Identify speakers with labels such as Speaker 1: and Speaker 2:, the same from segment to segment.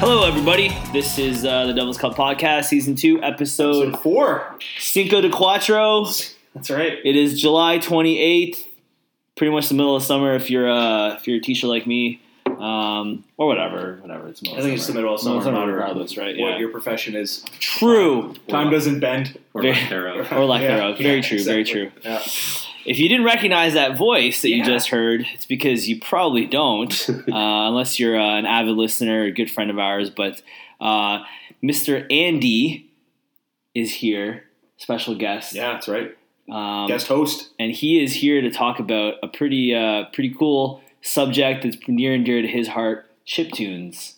Speaker 1: Hello, everybody. This is uh, the Devil's Cup Podcast, Season 2, Episode
Speaker 2: Episode four.
Speaker 1: Cinco de Cuatro.
Speaker 2: That's right.
Speaker 1: It is July 28th, pretty much the middle of summer if you're, uh, if you're a teacher like me. Um, or whatever, whatever. It's middle
Speaker 2: I think it's the middle of
Speaker 1: Middle
Speaker 2: summer,
Speaker 1: of summer,
Speaker 2: no matter
Speaker 1: regardless, right?
Speaker 2: What
Speaker 1: Yeah.
Speaker 2: your profession is.
Speaker 1: True.
Speaker 2: Time doesn't bend.
Speaker 3: or
Speaker 1: Very-
Speaker 3: lack thereof.
Speaker 1: Or lack
Speaker 2: Yeah,
Speaker 1: thereof. Very
Speaker 2: yeah,
Speaker 1: true. Very
Speaker 2: exactly.
Speaker 1: true.
Speaker 2: Yeah.
Speaker 1: If you didn't recognize that voice that you
Speaker 2: Yeah.
Speaker 1: just heard, it's because you probably don't, uh, unless you're uh, an avid listener, a good friend of ours. But uh, Mr. Andy is here, special guest,
Speaker 2: Yeah, that's right.
Speaker 1: um,
Speaker 2: Guest host.
Speaker 1: and he is here to talk about a pretty uh, pretty cool subject that's near and dear to his heart: chip tunes,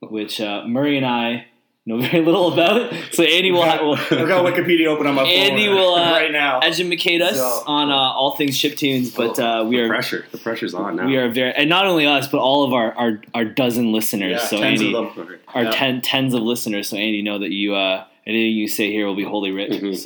Speaker 1: which uh, Murray and I know very little about. So Andy will. Ha- will
Speaker 2: I've got Wikipedia open on my phone
Speaker 1: Andy will, uh,
Speaker 2: right now.
Speaker 1: educate us
Speaker 2: So-
Speaker 1: on uh, all things chip tunes, but uh, we
Speaker 3: the
Speaker 1: are
Speaker 3: pressure. The pressure's on now.
Speaker 1: we are very, and not only us, but all of our our, our dozen listeners.
Speaker 2: Yeah,
Speaker 1: so
Speaker 2: tens
Speaker 1: Andy,
Speaker 2: of them.
Speaker 1: our
Speaker 2: Yeah.
Speaker 1: ten, tens of listeners. So Andy, know that you uh, anything you say here will be holy writ.
Speaker 2: Mm-hmm.
Speaker 3: Mhm.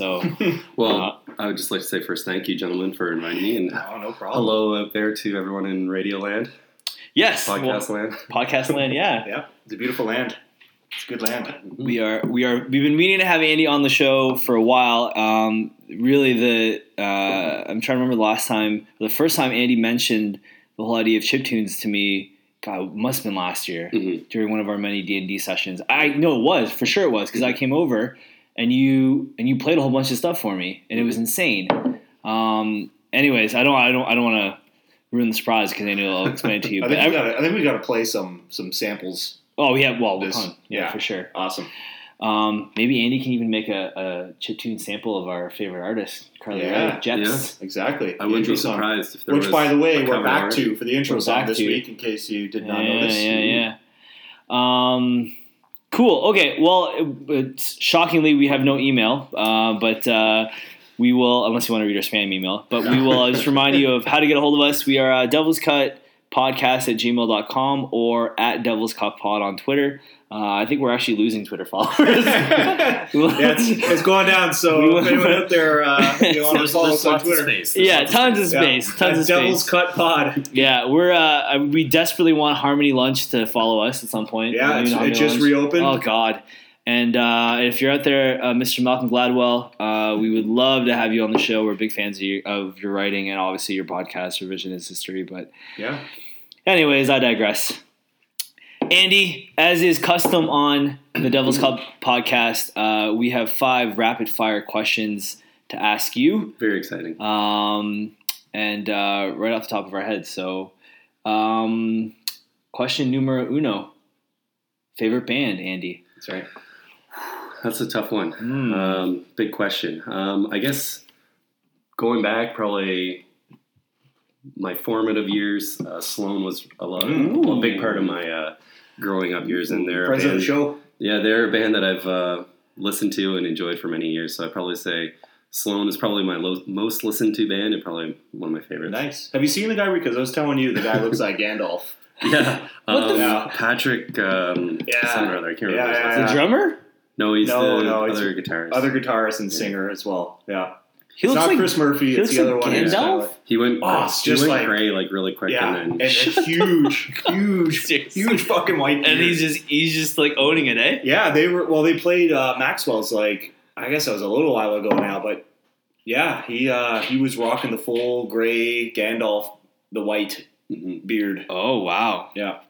Speaker 1: So
Speaker 3: Well, I would just like to say first, thank you, gentlemen, for inviting me, and
Speaker 2: Oh, no problem.
Speaker 3: hello out there to everyone in Radio Land,
Speaker 1: yes,
Speaker 3: Podcast
Speaker 1: well,
Speaker 3: Land.
Speaker 1: podcast land. Yeah,
Speaker 2: Yeah, it's a beautiful land. It's a good land.
Speaker 1: we are we are we've been meaning to have Andy on the show for a while. Um, really, the uh, I'm trying to remember the last time, the first time Andy mentioned the whole idea of chiptunes to me. God, it must have been last year.
Speaker 2: Mm-hmm.
Speaker 3: Mhm.
Speaker 1: during one of our many D and D sessions. I know it was for sure it was because I came over and you and you played a whole bunch of stuff for me and it
Speaker 2: Mm-hmm.
Speaker 1: was insane. Um, anyways, I don't I don't I don't want to ruin the surprise because I know I'll explain it to you.
Speaker 2: I
Speaker 1: But
Speaker 2: think, we
Speaker 1: every-
Speaker 2: gotta, I think we got to play some some samples.
Speaker 1: oh yeah, well,
Speaker 2: This-
Speaker 1: ton. Yeah,
Speaker 2: yeah.
Speaker 1: for sure.
Speaker 2: Awesome.
Speaker 1: Um, maybe Andy can even make a, a chiptune sample of our favorite artist, Carly
Speaker 2: Yeah.
Speaker 1: Rae Jepsen.
Speaker 2: Exactly.
Speaker 3: I
Speaker 2: The
Speaker 3: wouldn't
Speaker 2: intro
Speaker 3: be
Speaker 2: song.
Speaker 3: surprised if there
Speaker 2: Which,
Speaker 3: was.
Speaker 2: by the way,
Speaker 3: a
Speaker 2: we're
Speaker 3: cover
Speaker 2: back
Speaker 3: art.
Speaker 2: to for the intro
Speaker 1: We're
Speaker 2: song
Speaker 1: back
Speaker 2: this
Speaker 1: to.
Speaker 2: week, in case you did
Speaker 1: Yeah,
Speaker 2: not
Speaker 1: yeah,
Speaker 2: notice.
Speaker 1: yeah, yeah. Um, cool. Okay. Well, it- it's, shockingly, we have no email, uh, but uh, we will, unless you want to read our spam email, but we will uh, just remind you of how to get a hold of us. We are uh, Devil's Cut podcast at gmail.com or at devil's cut pod on twitter uh, i think we're actually losing twitter followers
Speaker 2: yeah, it's, it's going down.
Speaker 1: We
Speaker 2: So
Speaker 1: will-
Speaker 2: if anyone out there, uh, you
Speaker 1: So
Speaker 2: want to
Speaker 3: There's
Speaker 2: follow us on
Speaker 3: lots of
Speaker 2: Twitter,
Speaker 3: space. There's
Speaker 1: yeah
Speaker 3: lots
Speaker 1: tons of
Speaker 2: Yeah.
Speaker 1: space tons
Speaker 2: At
Speaker 1: of
Speaker 2: Devil's
Speaker 1: space
Speaker 2: Cut Pod.
Speaker 1: yeah we're uh, we desperately want harmony lunch to follow us at some point
Speaker 2: Yeah,
Speaker 1: You know
Speaker 2: it's, it
Speaker 1: Harmony
Speaker 2: just
Speaker 1: Lunch?
Speaker 2: reopened.
Speaker 1: Oh God! And uh, if you're out there, uh, Mr. Malcolm Gladwell, uh, we would love to have you on the show. We're big fans of, you, of your writing and obviously your podcast, Revisionist History. But,
Speaker 2: Yeah,
Speaker 1: anyways, I digress. Andy, as is custom on the Devil's Club podcast, uh, we have five rapid fire questions to ask you,
Speaker 3: of- Very exciting.
Speaker 2: Uh,
Speaker 1: um, and uh, right off the top of our head. So, um, question numero uno: favorite band, Andy.
Speaker 2: that's right.
Speaker 3: That's a tough one.
Speaker 2: hmm.
Speaker 3: Um, big question. Um, I guess going back, probably my formative years, uh, Sloan was a lot,
Speaker 1: Ooh.
Speaker 3: a big part of my uh, growing up years, and they're a
Speaker 2: Friends of the
Speaker 3: band-
Speaker 2: show.
Speaker 3: Yeah, they're a band that I've uh, listened to and enjoyed for many years. So I probably say Sloan is probably my lo- most listened to band and probably one of my favorites.
Speaker 2: Nice. Have you seen the guy? Because I was telling you, the guy looks like Gandalf.
Speaker 3: Yeah,
Speaker 1: What the
Speaker 3: um,
Speaker 2: f-
Speaker 3: Patrick. Um,
Speaker 2: Yeah.
Speaker 3: something or other. I can't
Speaker 2: Yeah,
Speaker 3: remember. his
Speaker 2: yeah,
Speaker 3: last
Speaker 1: The
Speaker 3: name.
Speaker 2: yeah.
Speaker 1: drummer?
Speaker 3: No, he's
Speaker 2: No,
Speaker 3: the
Speaker 2: no, it's
Speaker 3: other guitarist.
Speaker 2: Other guitarist and singer as well. Yeah,
Speaker 1: He looks
Speaker 2: it's not
Speaker 1: like
Speaker 2: Chris Murphy.
Speaker 1: he
Speaker 2: It's
Speaker 1: looks
Speaker 2: the other
Speaker 1: like
Speaker 2: one. who's
Speaker 1: Gandalf?
Speaker 2: kinda like-
Speaker 3: he went.
Speaker 2: Oh, it's
Speaker 3: he
Speaker 2: just
Speaker 3: went
Speaker 2: like-
Speaker 3: gray like really quick,
Speaker 2: Yeah,
Speaker 3: and
Speaker 2: and
Speaker 3: then
Speaker 2: a huge, huge,
Speaker 1: Seriously.
Speaker 2: huge fucking white.
Speaker 1: and
Speaker 2: beard.
Speaker 1: he's just he's just like owning it, eh?
Speaker 2: Yeah, they were. Well, they played uh, Maxwell's. Like I guess that was a little while ago now, but yeah, he uh, he was rocking the full gray Gandalf, the white
Speaker 3: Mhm.
Speaker 2: beard.
Speaker 1: Oh wow!
Speaker 2: Yeah,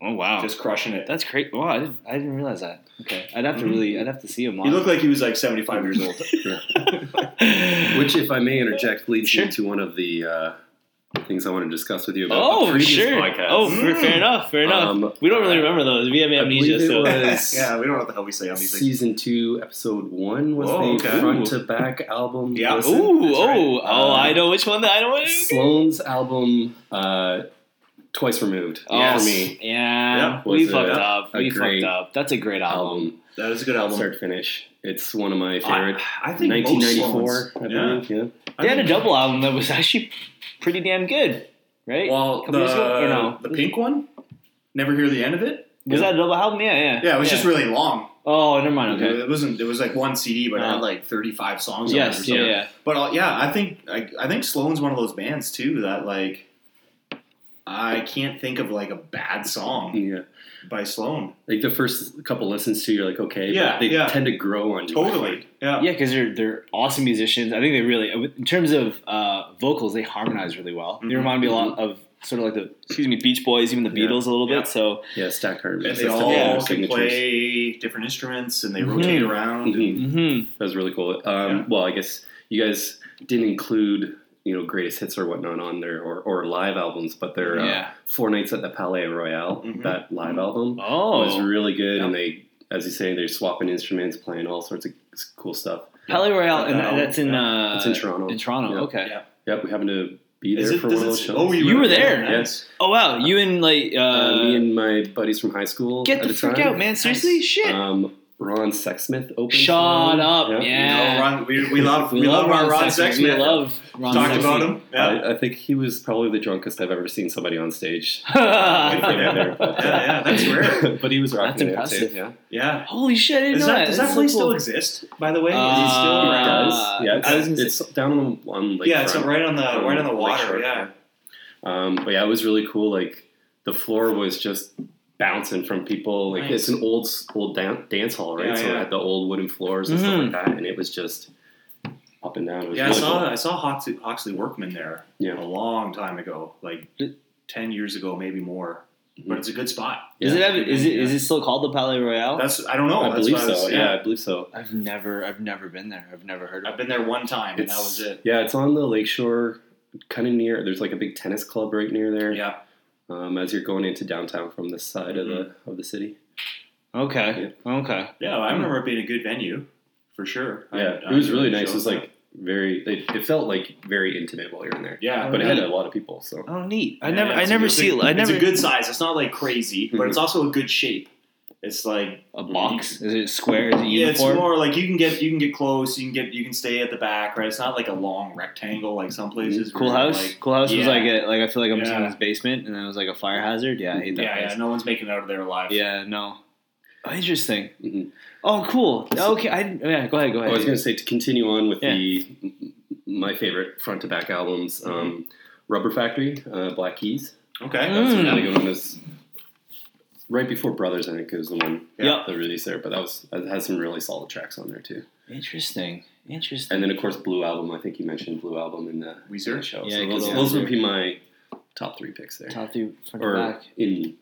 Speaker 1: Oh wow!
Speaker 2: just crushing it.
Speaker 1: that's great. Wow, I didn't, I didn't realize that. Okay, I'd have to
Speaker 2: Mhm.
Speaker 1: really I'd have to see him
Speaker 2: He
Speaker 1: live.
Speaker 2: looked like he was like seventy five years old.
Speaker 3: Which, if I may interject, leads
Speaker 1: Sure.
Speaker 3: me to one of the uh, things I want to discuss with you about the
Speaker 1: oh
Speaker 3: previous
Speaker 1: sure.
Speaker 3: podcast.
Speaker 1: Oh, fair,
Speaker 2: Mm.
Speaker 1: fair enough. Fair enough.
Speaker 3: Um,
Speaker 1: we
Speaker 2: Uh,
Speaker 1: don't really remember those. We have
Speaker 3: I
Speaker 1: amnesia.
Speaker 3: believe it
Speaker 1: So
Speaker 3: was
Speaker 2: yeah, we don't know what the hell we say on these things.
Speaker 3: season two, episode one was
Speaker 2: Oh,
Speaker 3: the
Speaker 2: okay.
Speaker 3: front to back album.
Speaker 2: Yeah.
Speaker 3: listen.
Speaker 1: ooh
Speaker 2: That's
Speaker 1: oh
Speaker 2: right. Uh,
Speaker 1: oh
Speaker 3: Um,
Speaker 1: I know which one. That, I know what.
Speaker 3: Sloan's album, uh, twice removed
Speaker 1: Oh,
Speaker 3: for
Speaker 2: Yes.
Speaker 3: me.
Speaker 1: Yeah,
Speaker 2: Yeah,
Speaker 1: we
Speaker 3: was a-
Speaker 1: fucked up.
Speaker 3: a
Speaker 1: We
Speaker 3: great
Speaker 1: fucked up. That's a great album.
Speaker 3: Album,
Speaker 2: That was a good album.
Speaker 3: start to finish. It's one of my
Speaker 2: I,
Speaker 3: favorite.
Speaker 2: I think most
Speaker 3: 1994, I
Speaker 2: songs- Yeah.
Speaker 3: believe. Yeah.
Speaker 2: I
Speaker 1: They had a
Speaker 2: think-
Speaker 1: double album that was actually pretty damn good, right?
Speaker 2: Well,
Speaker 1: couple years ago, or no?
Speaker 2: the, the pink one. Never hear the end of it.
Speaker 1: was that a double album? Yeah, yeah.
Speaker 2: Yeah, it was just really long.
Speaker 1: Oh, never mind. Okay.
Speaker 2: It wasn't. It was like one CD, but it
Speaker 1: Oh.
Speaker 2: had like thirty-five songs. on it or
Speaker 1: Yes.
Speaker 2: something.
Speaker 1: Yeah. Yeah.
Speaker 2: But uh, yeah, I think I, I think Sloan's one of those bands too that like I can't think of like a bad song.
Speaker 3: Yeah.
Speaker 2: by Sloan.
Speaker 3: Like the first couple listens to, you're like, okay,
Speaker 2: Yeah,
Speaker 3: but they
Speaker 2: yeah.
Speaker 3: tend to grow on you.
Speaker 2: Totally. Yeah.
Speaker 1: Yeah, because they're they're awesome musicians. I think they really, in terms of uh, vocals, they harmonize really well. They
Speaker 2: Mhm.
Speaker 1: remind me a lot of sort of like the excuse me Beach Boys, even the
Speaker 3: Yeah.
Speaker 1: Beatles a little bit.
Speaker 2: Yeah.
Speaker 1: So
Speaker 3: Yeah, stack
Speaker 2: And
Speaker 3: harmonies.
Speaker 2: they
Speaker 3: That's
Speaker 2: all
Speaker 3: definitely
Speaker 2: can
Speaker 3: their signatures.
Speaker 2: play different instruments and they
Speaker 1: Mhm.
Speaker 2: rotate around.
Speaker 3: Mhm.
Speaker 1: hmm
Speaker 3: That was really cool. Um,
Speaker 2: Yeah.
Speaker 3: Well, I guess you guys didn't include you know greatest hits or whatnot on there or, or live albums, but their uh,
Speaker 1: Yeah.
Speaker 3: Four Nights at the Palais Royal
Speaker 2: Mhm.
Speaker 3: that live
Speaker 2: Mhm.
Speaker 3: album was
Speaker 1: oh,
Speaker 3: really good,
Speaker 2: Yeah.
Speaker 3: and they as you say they're swapping instruments, playing all sorts of cool stuff.
Speaker 1: Palais Royale,
Speaker 2: That
Speaker 1: and
Speaker 2: album,
Speaker 1: that's in uh,
Speaker 3: It's in Toronto.
Speaker 1: in Toronto.
Speaker 3: Yeah.
Speaker 1: Okay.
Speaker 2: Yeah.
Speaker 3: Yep, we happened to be there
Speaker 2: Is it-
Speaker 3: for
Speaker 2: does
Speaker 3: one of
Speaker 2: it-
Speaker 3: those shows.
Speaker 2: Oh, you,
Speaker 1: You were there.
Speaker 2: Yes.
Speaker 1: Oh wow, you and like uh,
Speaker 3: Uh, me and my buddies from high school.
Speaker 1: get
Speaker 3: at
Speaker 1: the, freak
Speaker 3: time.
Speaker 1: out, man! Seriously, shit.
Speaker 3: Um, Ron Sexsmith opened.
Speaker 1: Shut
Speaker 3: for them.
Speaker 1: up,
Speaker 2: You know,
Speaker 1: Yeah.
Speaker 2: Ron- we, we love we, love, our Ron Sexsmith.
Speaker 1: We love Ron
Speaker 2: Talked about
Speaker 1: Sexsmith.
Speaker 2: him. Yeah.
Speaker 3: I, I think he was probably the drunkest I've ever seen somebody on stage.
Speaker 2: Yeah, yeah, that's rare.
Speaker 3: uh, but he was rocking
Speaker 1: That's
Speaker 3: it
Speaker 1: impressive.
Speaker 3: too. Yeah,
Speaker 2: Yeah.
Speaker 1: Holy shit! I didn't
Speaker 2: Is
Speaker 1: know
Speaker 2: that,
Speaker 1: that.
Speaker 2: does
Speaker 1: That's
Speaker 2: that
Speaker 1: so
Speaker 2: place still
Speaker 1: cool.
Speaker 2: exist, by the way? is it still
Speaker 1: Uh,
Speaker 3: it
Speaker 2: around?
Speaker 3: does. yeah,
Speaker 1: I was
Speaker 3: it's,
Speaker 1: gonna say-
Speaker 3: it's down on the on like
Speaker 2: yeah, it's
Speaker 3: front.
Speaker 2: right on the right on the
Speaker 3: Lake
Speaker 2: water.
Speaker 3: Shore,
Speaker 2: Yeah.
Speaker 3: Um, but yeah, it was really cool. Like the floor was just bouncing from people. Like
Speaker 2: Nice.
Speaker 3: it's an old old dan- dance hall, right?
Speaker 2: Yeah,
Speaker 3: so
Speaker 2: yeah. Mm-hmm.
Speaker 3: it had the old wooden floors and stuff like that, and it was just up and down. It was
Speaker 2: Yeah, I
Speaker 3: really
Speaker 2: saw
Speaker 3: cool.
Speaker 2: I saw Hoxley, Hoxley Workman there
Speaker 3: Yeah.
Speaker 2: a long time ago, like
Speaker 1: Did-
Speaker 2: ten years ago, maybe more.
Speaker 3: Mm-hmm.
Speaker 2: But it's a good spot.
Speaker 1: Is
Speaker 3: Yeah.
Speaker 1: it, have, is it is it still called the Palais Royale?
Speaker 2: That's I don't know.
Speaker 3: Oh, I
Speaker 2: Oh, That's
Speaker 3: believe
Speaker 2: what was-
Speaker 3: so. Yeah, I believe so.
Speaker 1: I've never I've never been there. I've never heard of
Speaker 2: I've
Speaker 1: it.
Speaker 2: been there one time, and that was it.
Speaker 3: Yeah, it's on the lakeshore, kind of near. There's like a big tennis club right near there.
Speaker 2: Yeah,
Speaker 3: Um, as you're going into downtown from this side of
Speaker 2: Mm-hmm.
Speaker 3: the of the city.
Speaker 1: Okay. Okay.
Speaker 2: yeah. I remember it being a good venue for sure. I-
Speaker 3: Mm. Yeah,
Speaker 2: I
Speaker 3: it was really
Speaker 2: enjoyed
Speaker 3: nice. It
Speaker 2: shows
Speaker 3: was
Speaker 2: there.
Speaker 3: like very. It, it felt like very intimate while you're in there.
Speaker 2: yeah,
Speaker 3: but it
Speaker 2: yeah.
Speaker 3: had a lot of people. So
Speaker 1: Oh, neat. I
Speaker 2: Yeah,
Speaker 1: never
Speaker 2: yeah,
Speaker 1: I
Speaker 2: it's a
Speaker 1: never
Speaker 2: good-
Speaker 1: see I never
Speaker 2: It's a good size. It's not like crazy, but
Speaker 3: Mhm.
Speaker 2: it's also a good shape. It's like
Speaker 1: a box. Is it square? Is it
Speaker 2: Yeah, it's
Speaker 1: uniform?
Speaker 2: more like you can get you can get close, you can get you can stay at the back, right? It's not like a long rectangle like some places.
Speaker 1: cool
Speaker 2: where you're
Speaker 1: house.
Speaker 2: like-
Speaker 1: cool house was
Speaker 2: yeah.
Speaker 1: like a like I feel like I'm just in
Speaker 2: Yeah.
Speaker 1: his basement and then it was like a fire hazard. Yeah, I hate that
Speaker 2: yeah, yeah,
Speaker 1: place.
Speaker 2: no one's making it out of there alive.
Speaker 1: Yeah, no. Oh, interesting.
Speaker 2: Mm-hmm.
Speaker 3: Mhm.
Speaker 1: Oh, cool. Okay, I yeah. Go ahead. Go
Speaker 3: Oh, I was
Speaker 1: ahead.
Speaker 3: going to say to continue on with
Speaker 1: Yeah. Mm-hmm.
Speaker 3: the my favorite front to back albums, um, Rubber Factory, uh, Black Keys.
Speaker 2: Okay.
Speaker 1: Mm.
Speaker 3: That's another good one. Is right before Brothers, I think, is the one
Speaker 1: Yeah.
Speaker 3: that released there. But that was that has some really solid tracks on there too.
Speaker 1: Interesting. Interesting.
Speaker 3: And then of course Blue Album. I think you mentioned Blue Album in the
Speaker 2: Weezer?
Speaker 3: in the show.
Speaker 1: Yeah,
Speaker 3: so
Speaker 1: good
Speaker 3: those,
Speaker 1: old
Speaker 3: those
Speaker 1: Weezer.
Speaker 3: would be my top three picks there,
Speaker 1: top three front
Speaker 3: or
Speaker 1: to back.
Speaker 3: in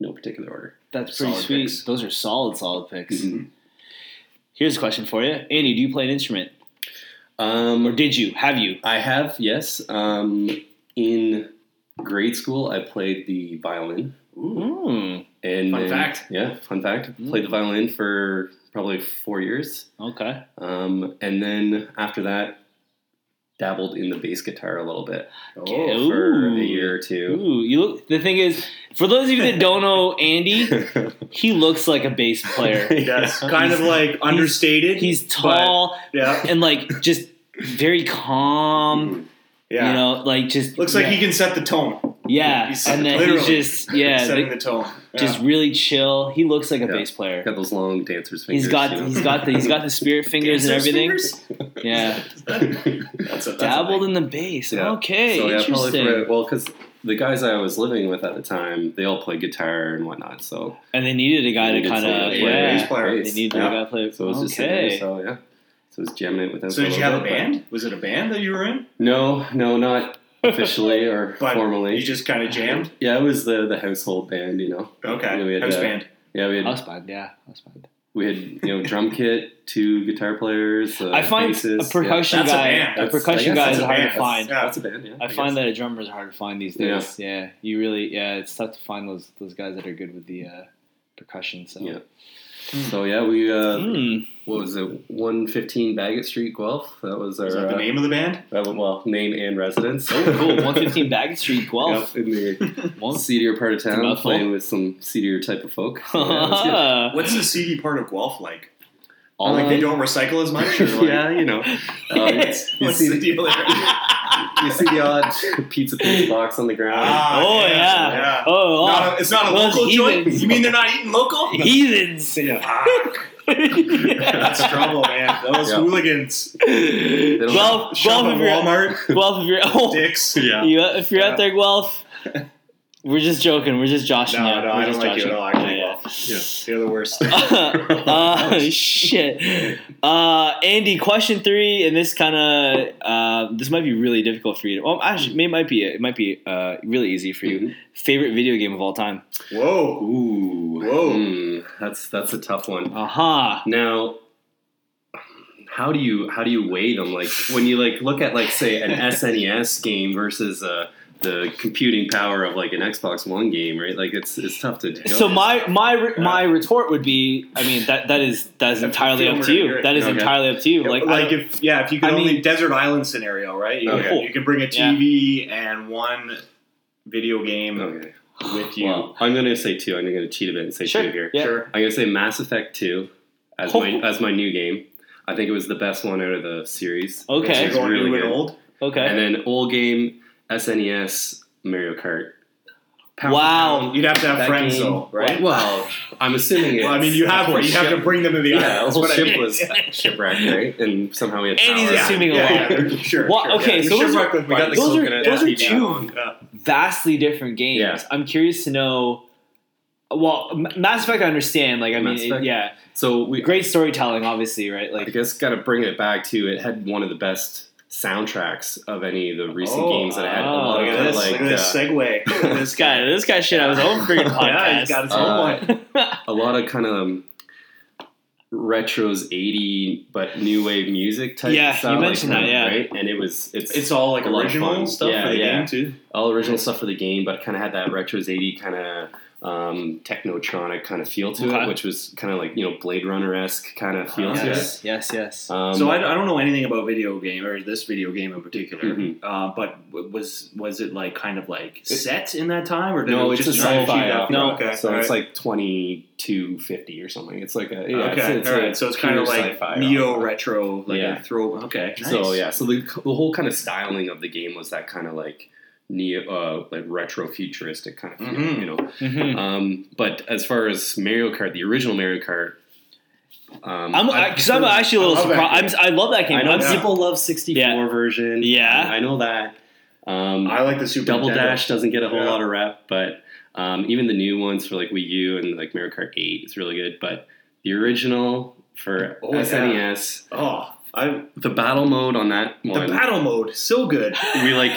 Speaker 3: no particular order.
Speaker 1: That's pretty
Speaker 2: solid
Speaker 1: sweet.
Speaker 2: picks. Mm-hmm.
Speaker 1: Those are solid, solid picks.
Speaker 3: Mhm.
Speaker 1: Here's a question for you, Andy. Do you play an instrument,
Speaker 3: Um,
Speaker 1: or did you? Have you?
Speaker 3: I have, yes. Um, in grade school, I played the violin.
Speaker 2: Ooh.
Speaker 1: Mm,
Speaker 3: And
Speaker 2: Fun
Speaker 3: then-
Speaker 2: fact.
Speaker 3: Yeah, fun fact.
Speaker 1: Mm.
Speaker 3: Played the violin for probably four years.
Speaker 1: okay.
Speaker 3: Um, and then after that, dabbled in the bass guitar a little bit
Speaker 2: Oh.
Speaker 3: for
Speaker 1: Ooh.
Speaker 3: a year or two.
Speaker 1: Ooh, you look. The thing is, for those of you that don't know Andy, he looks like a bass player.
Speaker 2: Yes,
Speaker 3: Yeah.
Speaker 2: kind of like understated.
Speaker 1: He's tall
Speaker 2: yeah,
Speaker 1: and like just very calm.
Speaker 2: yeah.
Speaker 1: You know, like just
Speaker 2: Looks like
Speaker 1: yeah,
Speaker 2: he can set the tone.
Speaker 1: yeah,
Speaker 2: he's-
Speaker 1: and then
Speaker 2: literally.
Speaker 1: he's just yeah,
Speaker 2: setting
Speaker 1: like,
Speaker 2: the tone. Yeah.
Speaker 1: just really chill. He looks like a
Speaker 3: Yeah.
Speaker 1: bass player.
Speaker 3: Got those long dancer's fingers.
Speaker 1: He's got
Speaker 3: you know?
Speaker 1: he's got the he's got the spirit fingers and
Speaker 2: Dancer's
Speaker 1: everything.
Speaker 2: fingers?
Speaker 1: Yeah,
Speaker 2: That's a, that's
Speaker 1: dabbled
Speaker 2: a
Speaker 1: in the bass.
Speaker 3: Yeah.
Speaker 1: Okay,
Speaker 3: so yeah, probably
Speaker 1: interesting.
Speaker 3: for, well, because the guys I was living with at the time, they all played guitar and whatnot. So
Speaker 1: And they needed a guy to
Speaker 3: needed
Speaker 1: kind
Speaker 3: someone
Speaker 1: of
Speaker 3: to
Speaker 2: thing.
Speaker 3: play
Speaker 1: yeah.
Speaker 2: bass player.
Speaker 3: Bass.
Speaker 1: They needed
Speaker 2: Yeah.
Speaker 1: a guy to play.
Speaker 3: So it was just sitting there,
Speaker 1: okay.
Speaker 3: so yeah. So I was jamming it with them.
Speaker 2: So
Speaker 3: for
Speaker 2: did you have
Speaker 3: little
Speaker 2: a
Speaker 3: bit, but-
Speaker 2: band? Was it a band that you were in?
Speaker 3: No, no, not officially or
Speaker 2: But
Speaker 3: formally.
Speaker 2: You just kind of jammed.
Speaker 3: yeah, it was the the household band, you know.
Speaker 2: Okay,
Speaker 3: Yeah, we had,
Speaker 2: house
Speaker 3: uh,
Speaker 2: band.
Speaker 3: Yeah, we had
Speaker 1: House band, yeah, house band.
Speaker 3: we had you know drum kit, two guitar players. Uh,
Speaker 1: I find
Speaker 3: bassist,
Speaker 1: a percussion
Speaker 2: That's a
Speaker 1: guy,
Speaker 2: band.
Speaker 1: a,
Speaker 3: That's- I
Speaker 1: percussion
Speaker 3: guess
Speaker 1: guy
Speaker 3: that's
Speaker 1: is
Speaker 2: a
Speaker 1: hard
Speaker 2: band.
Speaker 1: to find.
Speaker 3: Yeah.
Speaker 2: Yeah.
Speaker 3: That's a band. Yeah,
Speaker 1: I find that a drummer is hard to find these
Speaker 3: Yeah.
Speaker 1: days. Yeah. you really, yeah, it's tough to find those those guys that are good with the uh, percussion. So,
Speaker 3: Yeah. So yeah, we uh,
Speaker 1: Hmm.
Speaker 3: what was it? One fifteen Baggett Street, Guelph. That was our
Speaker 2: Is that the
Speaker 3: uh,
Speaker 2: name of the band?
Speaker 3: that was- well name and residence.
Speaker 1: Oh, cool. One fifteen Baggett Street, Guelph.
Speaker 3: Yep, in the
Speaker 1: One-
Speaker 3: seedier part of
Speaker 1: a
Speaker 3: town,
Speaker 1: mouthful.
Speaker 3: playing with some seedier type of folk. So, yeah, it was good.
Speaker 2: What's the seedy part of Guelph like?
Speaker 1: All
Speaker 2: like they
Speaker 1: of-
Speaker 2: don't recycle as much. Or like,
Speaker 3: yeah, you know. Uh,
Speaker 2: What's
Speaker 3: you, see,
Speaker 2: the deal? there?
Speaker 3: you see the odd pizza pizza box on the ground.
Speaker 2: Ah,
Speaker 1: oh yeah.
Speaker 2: yeah, yeah.
Speaker 1: Oh, oh.
Speaker 2: Not a- it's not a
Speaker 1: Well,
Speaker 2: local
Speaker 1: he
Speaker 2: joint.
Speaker 1: was-
Speaker 2: You mean they're not eating local?
Speaker 1: heathens.
Speaker 2: Fuck. That's trouble, man. Those
Speaker 3: Yeah.
Speaker 2: hooligans.
Speaker 3: don't-
Speaker 1: Guelph, Guelph,
Speaker 2: Shop at
Speaker 1: if you're,
Speaker 2: Walmart.
Speaker 1: Guelph, if you're, oh,
Speaker 2: Dicks.
Speaker 1: you, if you're
Speaker 2: Yeah.
Speaker 1: out there, Guelph, we're just joking. We're just joshing
Speaker 2: No,
Speaker 1: you.
Speaker 2: no,
Speaker 1: We're
Speaker 2: I
Speaker 1: just
Speaker 2: don't like you
Speaker 1: joshing.
Speaker 2: at all. Actually,
Speaker 1: Yeah,
Speaker 2: off. Yeah, they're the worst.
Speaker 1: uh, shit. Uh, Andy, question three, and this kind of uh, this might be really difficult for you. Well, actually, it might be it might be uh, really easy for
Speaker 2: Mm-hmm.
Speaker 1: you. Favorite video game of all time?
Speaker 2: Whoa.
Speaker 3: Ooh,
Speaker 2: Whoa.
Speaker 3: hmm, that's that's a tough one.
Speaker 1: Aha!
Speaker 3: Now, how do you how do you weigh them? Like when you like look at like say an SNES game versus uh, the computing power of like an Xbox One game, right? Like it's it's tough to. Go.
Speaker 1: So my my re- my retort would be, I mean that that is that is
Speaker 2: That's
Speaker 1: entirely
Speaker 2: okay,
Speaker 1: up to
Speaker 2: you're
Speaker 1: you.
Speaker 2: right.
Speaker 1: That is
Speaker 3: Okay.
Speaker 1: entirely up to you. Like,
Speaker 2: Like,
Speaker 1: I don't-
Speaker 2: if yeah, if you could
Speaker 1: I
Speaker 2: only
Speaker 1: mean-
Speaker 2: desert island scenario, right? You,
Speaker 3: Okay.
Speaker 2: you can bring a
Speaker 1: Yeah.
Speaker 2: TV and one video game
Speaker 3: okay.
Speaker 2: with you.
Speaker 3: Well, I'm gonna say two. I'm gonna cheat a bit and say
Speaker 1: sure,
Speaker 3: two here.
Speaker 1: yeah.
Speaker 2: Sure.
Speaker 3: I'm gonna say Mass Effect Two as my
Speaker 1: Oh.
Speaker 3: as my new game. I think it was the best one out of the series.
Speaker 1: Okay.
Speaker 3: It's
Speaker 2: So you're going
Speaker 3: really
Speaker 2: new and
Speaker 3: good.
Speaker 2: old.
Speaker 1: Okay.
Speaker 3: And then old game SNES Mario Kart. Pound for
Speaker 1: Wow.
Speaker 3: pound.
Speaker 2: Um, You'd have to have
Speaker 3: That
Speaker 2: friends
Speaker 3: game-
Speaker 2: though, right?
Speaker 3: Well, I'm assuming it's
Speaker 2: Well, I mean, you have
Speaker 3: the whole
Speaker 2: you have to
Speaker 3: ship-
Speaker 2: bring them to the
Speaker 3: Yeah,
Speaker 2: island.
Speaker 3: the
Speaker 2: That's
Speaker 3: whole
Speaker 2: what I
Speaker 3: ship
Speaker 2: mean.
Speaker 3: was shipwrecked, right? And somehow we had
Speaker 1: And he's
Speaker 3: power.
Speaker 1: assuming-
Speaker 2: yeah,
Speaker 1: a
Speaker 2: yeah, yeah, sure.
Speaker 1: Well,
Speaker 2: sure,
Speaker 1: okay,
Speaker 2: yeah.
Speaker 1: so those
Speaker 2: Shipwreck
Speaker 1: are-
Speaker 2: with- we got the
Speaker 1: those are
Speaker 3: coconut
Speaker 1: those are
Speaker 3: TV
Speaker 1: two
Speaker 3: on.
Speaker 2: Yeah.
Speaker 1: vastly different games.
Speaker 3: Yeah.
Speaker 1: I'm curious to know. Well, M- Mass Effect, I understand. Like, I mean,
Speaker 3: Mass
Speaker 1: it-
Speaker 3: Effect?
Speaker 1: yeah,
Speaker 3: So we,
Speaker 1: great storytelling, obviously, right?
Speaker 3: I
Speaker 1: Like,
Speaker 3: guess, got to bring it back to it had one of the best soundtracks of any of the recent
Speaker 2: Oh,
Speaker 3: games that I had. a
Speaker 1: oh,
Speaker 3: lot
Speaker 2: Look
Speaker 3: of
Speaker 2: at
Speaker 3: kinda
Speaker 2: this,
Speaker 3: like
Speaker 2: look at this
Speaker 3: uh,
Speaker 2: segue. Look at
Speaker 1: this guy, this guy shit out his own freaking
Speaker 2: Yeah, he's
Speaker 1: podcast.
Speaker 2: got his own
Speaker 3: Uh,
Speaker 2: one.
Speaker 3: a lot of kind of um, retros 80 but new wave music type
Speaker 1: Yeah, you
Speaker 3: style, like,
Speaker 1: mentioned that, yeah.
Speaker 3: right and it was it's,
Speaker 2: It's all like
Speaker 3: a lot of
Speaker 2: original
Speaker 3: fun.
Speaker 2: stuff
Speaker 3: Yeah,
Speaker 2: for the
Speaker 3: yeah.
Speaker 2: game too.
Speaker 3: all original stuff for the game but kind of had that retros 80 kind of um, technotronic kind of feel to
Speaker 1: Okay.
Speaker 3: it which was kind of like you know blade runner-esque kind of feel to it
Speaker 1: yes, yes, yes.
Speaker 3: um,
Speaker 2: so I, I don't know anything about video game or this video game in particular.
Speaker 3: Mhm.
Speaker 2: Uh, but w- was was it like kind of like set in that time or did
Speaker 3: no,
Speaker 2: it
Speaker 3: it's a
Speaker 2: just try to
Speaker 3: sci-fi.
Speaker 2: keep that-
Speaker 3: opera.
Speaker 2: No, okay,
Speaker 3: so it's
Speaker 2: alright.
Speaker 3: like twenty two fifty or something. It's like a yeah,
Speaker 2: okay,
Speaker 3: it's, it's
Speaker 2: all
Speaker 3: a
Speaker 2: right. So it's kind of
Speaker 3: pure
Speaker 2: like
Speaker 3: sci-fi
Speaker 2: neo
Speaker 3: opera.
Speaker 2: retro, like
Speaker 3: Yeah.
Speaker 2: a throw. Okay,
Speaker 3: So
Speaker 2: nice.
Speaker 3: yeah, so the, the whole kind of styling of the game was that kind of like neo, uh, like retro futuristic kind of feel,
Speaker 2: Mhm.
Speaker 3: you know.
Speaker 1: Mm-hmm.
Speaker 3: Um, but as far as Mario Kart, the original Mario Kart, um,
Speaker 1: I'm
Speaker 3: I-
Speaker 1: because I'm actually a little
Speaker 2: I love that
Speaker 1: surprised. I'm,
Speaker 2: game.
Speaker 1: s- I love that game.
Speaker 3: I know
Speaker 1: I'm
Speaker 2: yeah.
Speaker 1: su-
Speaker 3: people love sixty four
Speaker 1: Yeah.
Speaker 3: version.
Speaker 1: Yeah.
Speaker 3: I know that. Um,
Speaker 2: I like the Super
Speaker 3: Double
Speaker 2: Nintendo.
Speaker 3: Dash doesn't get a whole
Speaker 2: Yeah.
Speaker 3: lot of rep, but um, even the new ones for like Wii U and like Mario Kart 8 is really good. But the original for
Speaker 2: Oh, yeah.
Speaker 3: SNES,
Speaker 2: Oh, I
Speaker 3: the battle mode on that
Speaker 2: the
Speaker 3: one,
Speaker 2: battle mode so good.
Speaker 3: we like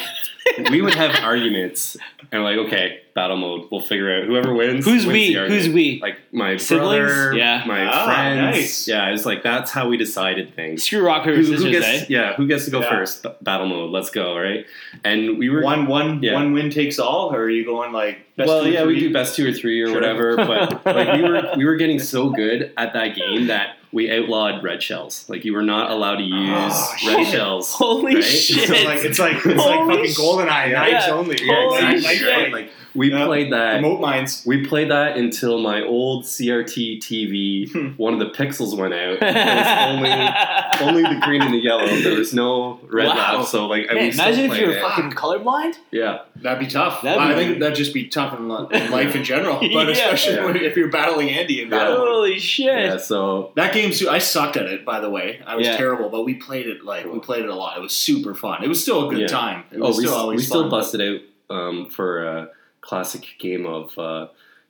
Speaker 3: we would have arguments and we're like, okay, battle mode, we'll figure out whoever wins.
Speaker 1: Who's
Speaker 3: wins
Speaker 1: we?
Speaker 3: the
Speaker 1: Who's
Speaker 3: argument.
Speaker 1: we?
Speaker 3: Like my
Speaker 1: Siblings?
Speaker 3: brother,
Speaker 1: Yeah.
Speaker 3: my
Speaker 2: Ah,
Speaker 3: friends.
Speaker 2: nice.
Speaker 3: Yeah, it's like that's how we decided things.
Speaker 1: Screw rock paper
Speaker 3: Who- who
Speaker 1: scissors,
Speaker 3: gets-
Speaker 1: eh?
Speaker 3: Yeah, who gets to go
Speaker 2: Yeah.
Speaker 3: first? B- Battle mode, let's go, right? And we were
Speaker 2: One one
Speaker 3: Yeah.
Speaker 2: one win takes all, or are you going like best
Speaker 3: well,
Speaker 2: two,
Speaker 3: yeah, we
Speaker 2: three?
Speaker 3: do best two or three or
Speaker 2: Sure.
Speaker 3: whatever, but like we were we were getting so good at that game that we outlawed red shells. Like you were not allowed to use
Speaker 2: Oh,
Speaker 3: red
Speaker 1: shit.
Speaker 3: shells.
Speaker 1: Holy
Speaker 3: Right?
Speaker 1: shit!
Speaker 2: So like it's like it's like
Speaker 1: Holy
Speaker 2: fucking
Speaker 1: sh-
Speaker 2: GoldenEye knives
Speaker 1: Yeah.
Speaker 2: only.
Speaker 3: Yeah,
Speaker 1: Holy
Speaker 3: exactly.
Speaker 1: shit.
Speaker 3: right? Like we
Speaker 2: Yeah.
Speaker 3: played that.
Speaker 2: Remote mines.
Speaker 3: We played that until my old CRT TV, one of the pixels went out. It was only only the green and the yellow. There was no red
Speaker 1: Wow.
Speaker 3: left. So like, I
Speaker 1: Man,
Speaker 3: we still
Speaker 1: imagine if
Speaker 3: played
Speaker 1: you were
Speaker 3: it.
Speaker 1: fucking colorblind.
Speaker 3: yeah,
Speaker 2: That'd be tough.
Speaker 1: That'd
Speaker 2: I
Speaker 1: be-
Speaker 2: think that'd just be tough in li- in life in general, but
Speaker 1: Yeah.
Speaker 2: especially
Speaker 3: Yeah.
Speaker 2: when- if you're battling Andy in
Speaker 3: Yeah.
Speaker 2: battle. mode.
Speaker 1: Holy shit!
Speaker 3: yeah. So
Speaker 2: That game, su- I sucked at it. By the way, I was
Speaker 1: Yeah.
Speaker 2: terrible, but we played it like we played it a lot. It was super fun. It was still a good
Speaker 3: Yeah.
Speaker 2: time. It
Speaker 3: Oh,
Speaker 2: was
Speaker 3: we,
Speaker 2: still
Speaker 3: s-
Speaker 2: always
Speaker 3: we still
Speaker 2: fun.
Speaker 3: busted out um, for a classic game of uh,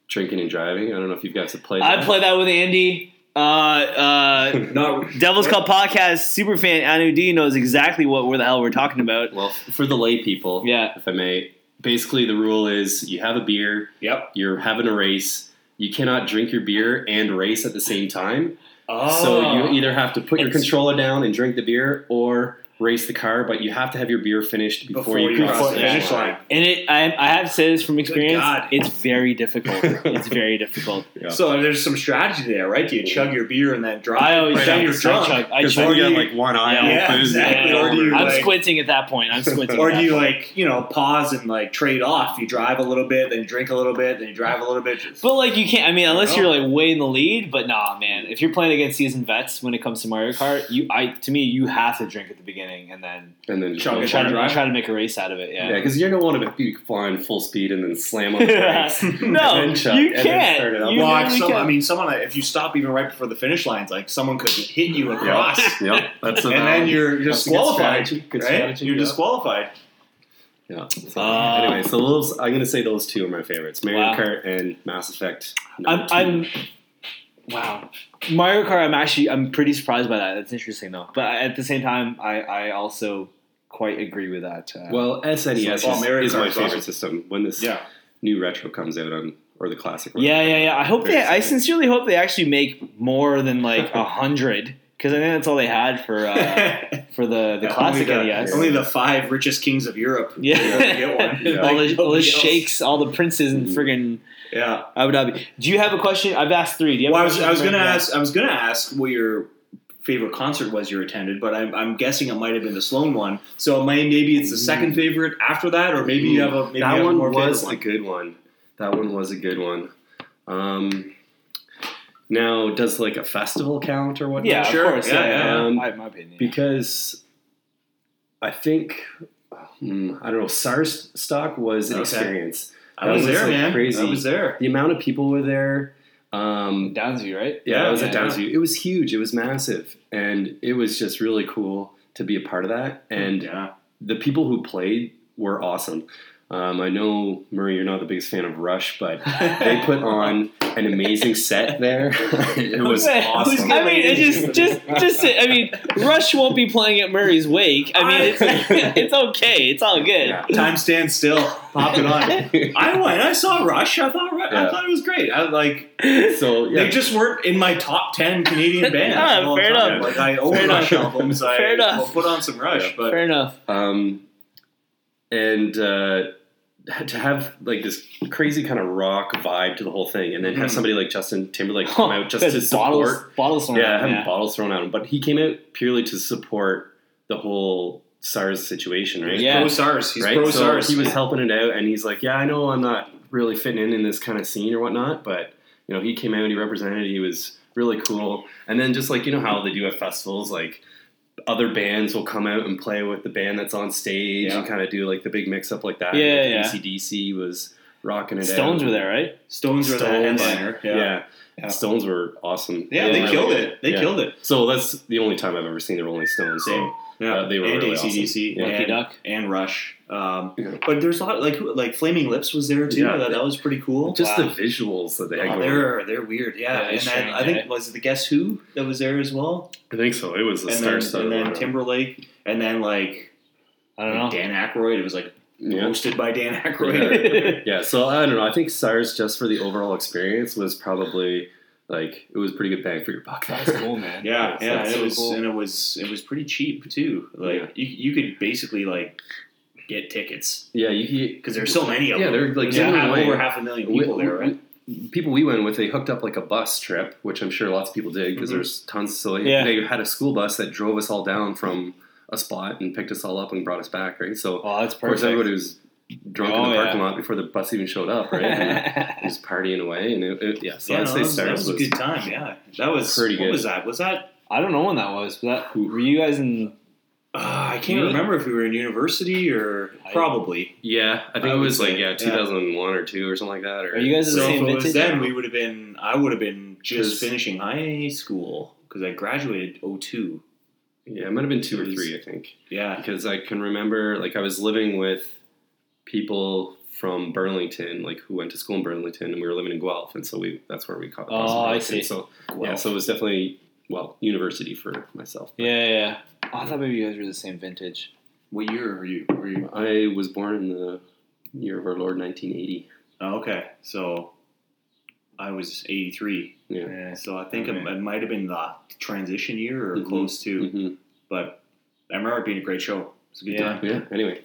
Speaker 3: drinking and driving. I don't know if you guys have played.
Speaker 1: I
Speaker 3: that.
Speaker 1: played that with Andy. Uh, uh,
Speaker 2: Not
Speaker 1: Devil's Cup podcast superfan Anu D knows exactly what where the hell we're talking about.
Speaker 3: Well, f- for the lay people,
Speaker 1: Yeah,
Speaker 3: if I may, basically the rule is you have a beer,
Speaker 2: Yep.
Speaker 3: you're having a race. You cannot drink your beer and race at the same time.
Speaker 2: Oh.
Speaker 3: So you either have to put your
Speaker 1: Ah. It's-
Speaker 3: controller down and drink the beer, or race the car. But you have to have your beer finished before,
Speaker 2: before
Speaker 3: you, cross
Speaker 1: cross the
Speaker 2: the finish line.
Speaker 1: and it I, I have to say this from experience.
Speaker 2: God.
Speaker 1: It's very difficult. it's very difficult.
Speaker 3: Yeah.
Speaker 2: So there's some strategy there, right? Do you chug your beer and then drive?
Speaker 1: I always
Speaker 2: right
Speaker 1: chug,
Speaker 2: then you're
Speaker 1: I
Speaker 2: drunk.
Speaker 1: chug, I
Speaker 3: Because
Speaker 1: chug.
Speaker 3: then you have
Speaker 2: you-
Speaker 3: like one eye
Speaker 1: Yeah,
Speaker 3: all
Speaker 2: yeah,
Speaker 3: closed and
Speaker 2: exactly.
Speaker 3: over.
Speaker 2: Or do you,
Speaker 1: I'm
Speaker 2: like-
Speaker 1: squinting at that point. I'm squinting.
Speaker 2: Or
Speaker 1: at
Speaker 2: do
Speaker 1: that
Speaker 2: you
Speaker 1: point.
Speaker 2: like you know pause and like trade off? You drive a little bit, then you drink a little bit, then you drive a little bit. Just-
Speaker 1: But like you can't. I mean, unless
Speaker 2: No.
Speaker 1: you're like way in the lead. But nah, man. If you're playing against seasoned vets when it comes to Mario Kart, you I to me you have to drink at the beginning and then
Speaker 3: and then just
Speaker 2: Chug
Speaker 3: go
Speaker 2: it
Speaker 1: try to
Speaker 3: drive.
Speaker 1: try to make a race out of it.
Speaker 3: Yeah, because you don't want to be flying full speed and then slam on the
Speaker 1: Yeah.
Speaker 3: brakes.
Speaker 1: no,
Speaker 3: And then chuck,
Speaker 1: you
Speaker 3: and then start it
Speaker 1: can't.
Speaker 3: up.
Speaker 1: You
Speaker 2: well, I-
Speaker 1: really
Speaker 2: some,
Speaker 1: can't.
Speaker 2: I mean, someone if you stop even right before the finish lines, like someone could hit you across,
Speaker 3: yep, that's
Speaker 2: and then you're
Speaker 3: that's a good
Speaker 2: disqualified,
Speaker 3: strategy, good
Speaker 2: right?
Speaker 3: strategy,
Speaker 2: you're Ah.
Speaker 3: yeah.
Speaker 2: disqualified.
Speaker 3: Yeah. So,
Speaker 1: Um,
Speaker 3: anyway, so those I'm gonna say those two are my favorites: Mario
Speaker 1: Wow.
Speaker 3: Kart and Mass Effect.
Speaker 1: I'm,
Speaker 3: number two.
Speaker 1: I'm wow Mario Kart. I'm actually I'm pretty surprised by that. That's interesting though. But at the same time, I I also quite agree with that. Uh,
Speaker 3: well, SNES is,
Speaker 2: Well, Mario
Speaker 3: is my
Speaker 2: Kart's awesome.
Speaker 3: favorite system. When this
Speaker 2: Yeah.
Speaker 3: new retro comes out on or the classic. one.
Speaker 1: yeah, yeah, yeah. I hope they.
Speaker 3: Very
Speaker 1: I
Speaker 3: exciting.
Speaker 1: sincerely hope they actually make more than like a hundred because I think that's all they had for uh, for the the classic
Speaker 2: only the,
Speaker 1: NES.
Speaker 2: Only the five richest kings of Europe.
Speaker 1: Yeah.
Speaker 2: were able to get one.
Speaker 3: Yeah.
Speaker 1: all the, all the
Speaker 2: nobody else.
Speaker 1: sheikhs, all the princes, and
Speaker 3: Mhm.
Speaker 1: friggin'
Speaker 2: Yeah.
Speaker 1: Abu Dhabi. Do you have a question? I've asked three. Do you have
Speaker 2: Well,
Speaker 1: a
Speaker 2: I was,
Speaker 1: question
Speaker 2: I was
Speaker 1: for
Speaker 2: gonna
Speaker 1: Mario Kart?
Speaker 2: ask. I was gonna ask what your favorite concert was you attended, but I'm, I'm guessing it might have been the Sloan one. So it might, maybe it's the second favorite after that, or maybe you have a maybe you have
Speaker 3: Mm. that
Speaker 2: a
Speaker 3: one
Speaker 2: more favorite
Speaker 3: was
Speaker 2: one.
Speaker 3: a good one. That one was a good one. Um, now, does like a festival count or what?
Speaker 1: Yeah,
Speaker 2: Sure,
Speaker 1: of course. Yeah,
Speaker 2: yeah,
Speaker 1: yeah.
Speaker 3: yeah. Um,
Speaker 1: I have my opinion.
Speaker 3: because I think hmm, I don't know. SARS stock was an
Speaker 2: Okay.
Speaker 3: experience.
Speaker 2: I
Speaker 3: that
Speaker 2: was,
Speaker 3: was,
Speaker 2: there,
Speaker 3: like,
Speaker 2: man.
Speaker 3: crazy.
Speaker 2: I was there.
Speaker 3: The amount of people were there. Um,
Speaker 1: Downsview, right?
Speaker 3: yeah, it was
Speaker 1: Yeah.
Speaker 3: at Downsview. It was huge. It was massive, and it was just really cool to be a part of that. And uh,
Speaker 2: yeah,
Speaker 3: the people who played were awesome. Um, I know Murray, you're not the biggest fan of Rush, but they put on an amazing set there. it was
Speaker 1: Okay.
Speaker 3: awesome.
Speaker 1: I mean, it just, just, just. I mean, Rush won't be playing at Murray's wake. I mean, it's, it's okay. It's all good.
Speaker 3: Yeah.
Speaker 2: time stands still. Pop it on. I went. I saw Rush. I thought. Ru- I
Speaker 3: Yeah.
Speaker 2: thought it was great. I like.
Speaker 3: so
Speaker 2: They
Speaker 3: yeah,
Speaker 2: just weren't in my top ten Canadian bands.
Speaker 1: Ah,
Speaker 2: all the
Speaker 1: fair
Speaker 2: time.
Speaker 3: enough.
Speaker 2: Like I own
Speaker 1: Fair
Speaker 2: Rush
Speaker 1: enough.
Speaker 2: albums. I
Speaker 1: Fair enough.
Speaker 2: will put on some Rush,
Speaker 3: Yeah.
Speaker 2: but
Speaker 1: Fair enough.
Speaker 3: um, and uh, to have like this crazy kind of rock vibe to the whole thing, and then have
Speaker 1: Hmm.
Speaker 2: Mhm.
Speaker 3: somebody like Justin Timberlake come out just to
Speaker 1: There's bottles,
Speaker 3: support.
Speaker 1: bottles thrown
Speaker 3: Yeah,
Speaker 1: around,
Speaker 3: having bottles thrown at him, but he came out purely to support the whole SARS situation, right?
Speaker 1: Yeah.
Speaker 2: pro SARS. He's
Speaker 3: right?
Speaker 2: pro
Speaker 3: so
Speaker 2: SARS.
Speaker 3: he was helping it out, and he's like, "Yeah, I know I'm not really fitting in in this kind of scene or whatnot, but you know, he came out, he represented, he was really cool." And then just like you know how they do at festivals, like other bands will come out and play with the band that's on stage
Speaker 1: Yeah.
Speaker 3: and kind of do like the big mix up like that.
Speaker 1: Yeah,
Speaker 3: like,
Speaker 1: yeah.
Speaker 3: ACDC was rocking it.
Speaker 1: Stones
Speaker 3: out.
Speaker 1: were there, right?
Speaker 2: Stones were the
Speaker 3: Stones.
Speaker 2: headliner.
Speaker 3: Yeah.
Speaker 2: Yeah.
Speaker 3: Stones were awesome.
Speaker 2: Yeah, they
Speaker 3: really-
Speaker 2: killed it. They
Speaker 3: yeah.
Speaker 2: killed it.
Speaker 3: So that's the only time I've ever seen the Rolling Stones. so-
Speaker 2: Same. Yeah,
Speaker 3: Uh, they were
Speaker 2: and
Speaker 3: really
Speaker 2: ACDC
Speaker 3: awesome.
Speaker 1: Lucky
Speaker 2: and,
Speaker 1: Duck.
Speaker 2: and Rush. Um,
Speaker 3: Yeah.
Speaker 2: But there's a lot like who- like Flaming Lips was there too.
Speaker 3: Yeah.
Speaker 2: That, that was pretty cool.
Speaker 3: Just
Speaker 1: Wow.
Speaker 3: the visuals that they had
Speaker 2: Oh,
Speaker 3: going.
Speaker 2: they're they're weird, yeah.
Speaker 1: Yeah,
Speaker 2: and
Speaker 1: it's
Speaker 2: then
Speaker 1: strange,
Speaker 2: I think
Speaker 1: eh?
Speaker 2: was it the Guess Who that was there as well,
Speaker 3: I think so. It was the
Speaker 2: and
Speaker 3: star
Speaker 2: then,
Speaker 3: stuff.
Speaker 2: and then Timberlake, and then like,
Speaker 1: I don't know.
Speaker 2: Dan Aykroyd. It was like
Speaker 3: Yeah.
Speaker 2: hosted by Dan Aykroyd.
Speaker 1: Yeah.
Speaker 3: yeah, so I don't know. I think SARS just for the overall experience was probably like it was pretty good bang for your buck.
Speaker 1: That's cool, man.
Speaker 2: Yeah,
Speaker 3: That's-
Speaker 2: yeah,
Speaker 3: that's
Speaker 2: and it
Speaker 3: so
Speaker 2: was
Speaker 1: cool.
Speaker 2: and it was it was pretty cheap too. Like
Speaker 3: Yeah.
Speaker 2: you, you could basically like get tickets
Speaker 3: yeah, you, you,
Speaker 2: because there's so many of
Speaker 3: yeah,
Speaker 2: them.
Speaker 3: they're like
Speaker 2: There's
Speaker 1: Yeah.
Speaker 3: giving
Speaker 2: half-
Speaker 3: away-
Speaker 2: over half a million people
Speaker 3: we-
Speaker 2: there, right?
Speaker 3: we- People we went with, they hooked up like a bus trip, which I'm sure lots of people did because
Speaker 2: Mhm.
Speaker 3: there's tons. So like,
Speaker 1: Yeah.
Speaker 3: they had a school bus that drove us all down from a spot and picked us all up and brought us back, right? So
Speaker 1: Oh, that's
Speaker 3: of course
Speaker 1: perfect.
Speaker 3: everybody was drunk in
Speaker 1: Oh,
Speaker 3: the
Speaker 1: yeah.
Speaker 3: parking lot before the bus even showed up, right? and just partying away, and it, it- yeah. So
Speaker 2: yeah, no,
Speaker 3: I'd say
Speaker 2: that was, that
Speaker 3: SARS
Speaker 2: was a good time. Yeah, that was
Speaker 3: pretty
Speaker 2: what
Speaker 3: good.
Speaker 2: was that? Was that?
Speaker 1: I don't know when that was. But that, were you guys in?
Speaker 2: Uh, I can't
Speaker 1: Really?
Speaker 2: remember if we were in university or
Speaker 1: I-
Speaker 2: probably.
Speaker 3: Yeah, I think
Speaker 2: I
Speaker 3: it
Speaker 2: would
Speaker 3: was
Speaker 2: say,
Speaker 3: like yeah,
Speaker 2: yeah.
Speaker 3: 2001 or two or something like that. Or
Speaker 1: Are you guys in the
Speaker 2: So if
Speaker 1: same
Speaker 2: it was
Speaker 1: vintage?
Speaker 2: then, we would have been. I would have been just
Speaker 3: 'Cause-
Speaker 2: finishing high school because I graduated 02.
Speaker 3: Yeah, it might have been two or
Speaker 2: It was-
Speaker 3: three, I think,
Speaker 2: Yeah,
Speaker 3: because I can remember like I was living with people from Burlington, like who went to school in Burlington, and we were living in Guelph, and so we that's where we caught. the
Speaker 1: Oh,
Speaker 3: bus in
Speaker 1: I
Speaker 3: Burlington.
Speaker 1: see.
Speaker 3: So yeah,
Speaker 2: Well,
Speaker 3: so it was definitely well university for myself.
Speaker 1: yeah, yeah, yeah. Oh, I thought maybe you guys were the same vintage.
Speaker 2: what year are you? Were you?
Speaker 3: I was born in the year of our Lord 1980.
Speaker 2: Oh, okay, so I was 83.
Speaker 3: Yeah.
Speaker 1: Yeah.
Speaker 2: So I think it,
Speaker 1: Okay. Mm-hmm.
Speaker 2: it might have been the transition year or
Speaker 3: Mhm.
Speaker 2: close to.
Speaker 3: hmm
Speaker 2: But I remember it being a great show. It's a good
Speaker 1: Yeah.
Speaker 2: time.
Speaker 3: Yeah. Anyway,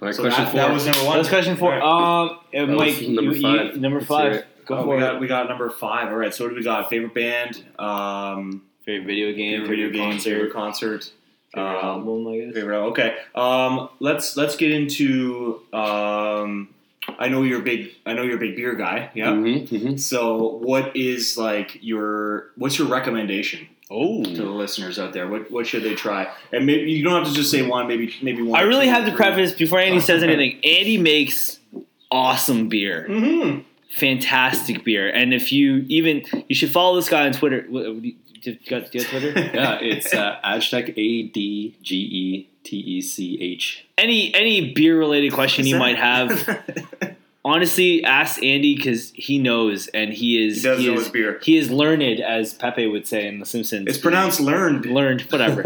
Speaker 3: all right.
Speaker 2: So
Speaker 3: question
Speaker 2: that,
Speaker 3: four.
Speaker 2: that was number one.
Speaker 1: That's question four.
Speaker 2: All
Speaker 1: Um,
Speaker 2: right.
Speaker 1: uh,
Speaker 3: That
Speaker 1: Mike,
Speaker 3: was number
Speaker 1: you- you-
Speaker 3: five.
Speaker 1: number
Speaker 3: Let's
Speaker 1: five.
Speaker 3: hear it.
Speaker 1: Go
Speaker 2: Oh,
Speaker 1: for
Speaker 2: we
Speaker 1: it.
Speaker 2: got we got number five. All right, so what do we got? Favorite band, um,
Speaker 1: favorite video game,
Speaker 2: favorite video game, favorite concert,
Speaker 3: Uh,
Speaker 1: favorite
Speaker 2: um,
Speaker 1: album, I guess.
Speaker 2: favorite. Okay, um, let's let's get into. Um, I know you're a big. I know you're a big beer guy. Yeah.
Speaker 1: Mm-hmm.
Speaker 3: Mhm, mhm.
Speaker 2: So what is like your what's your recommendation
Speaker 1: Oh,
Speaker 2: to the listeners out there? What what should they try? And maybe you don't have to just say one. Maybe maybe one.
Speaker 1: I
Speaker 2: or
Speaker 1: really
Speaker 2: two,
Speaker 1: have to
Speaker 2: three.
Speaker 1: preface before Andy says anything. Andy makes awesome beer.
Speaker 2: Mhm.
Speaker 1: fantastic beer. And if you even you should follow this guy on Twitter. What- do You got do you have Twitter?
Speaker 3: yeah, it's uh, Adgetech A D G E T E C H.
Speaker 1: any any beer related question
Speaker 2: Is
Speaker 1: you
Speaker 2: that-
Speaker 1: might have, honestly, ask Andy because he knows and he is
Speaker 2: he does know
Speaker 1: is,
Speaker 2: his beer.
Speaker 1: he is learned, as Pepe would say in The Simpsons.
Speaker 2: It's pronounced learned.
Speaker 1: learned whatever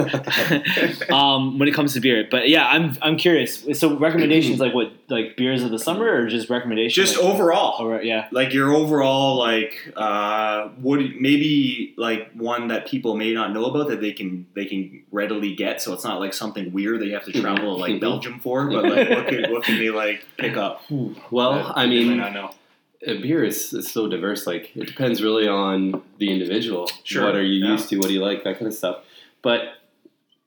Speaker 1: um, when it comes to beer but yeah i'm i'm curious so recommendations like what like beers of the summer or just recommendations
Speaker 2: Just
Speaker 1: like,
Speaker 2: overall.
Speaker 1: over yeah
Speaker 2: like your overall like uh what maybe like one that people may not know about that they can they can readily get so it's not like something weird that you have to travel to
Speaker 3: Mhm.
Speaker 2: like belgium for but like what can, what can they like pick up
Speaker 3: Well,
Speaker 2: that
Speaker 3: I
Speaker 2: they may
Speaker 3: mean,
Speaker 2: not know
Speaker 3: a beer is, is so diverse. Like it depends really on the individual.
Speaker 2: Sure,
Speaker 3: What are you
Speaker 2: yeah.
Speaker 3: used to? What do you like? That kind of stuff. But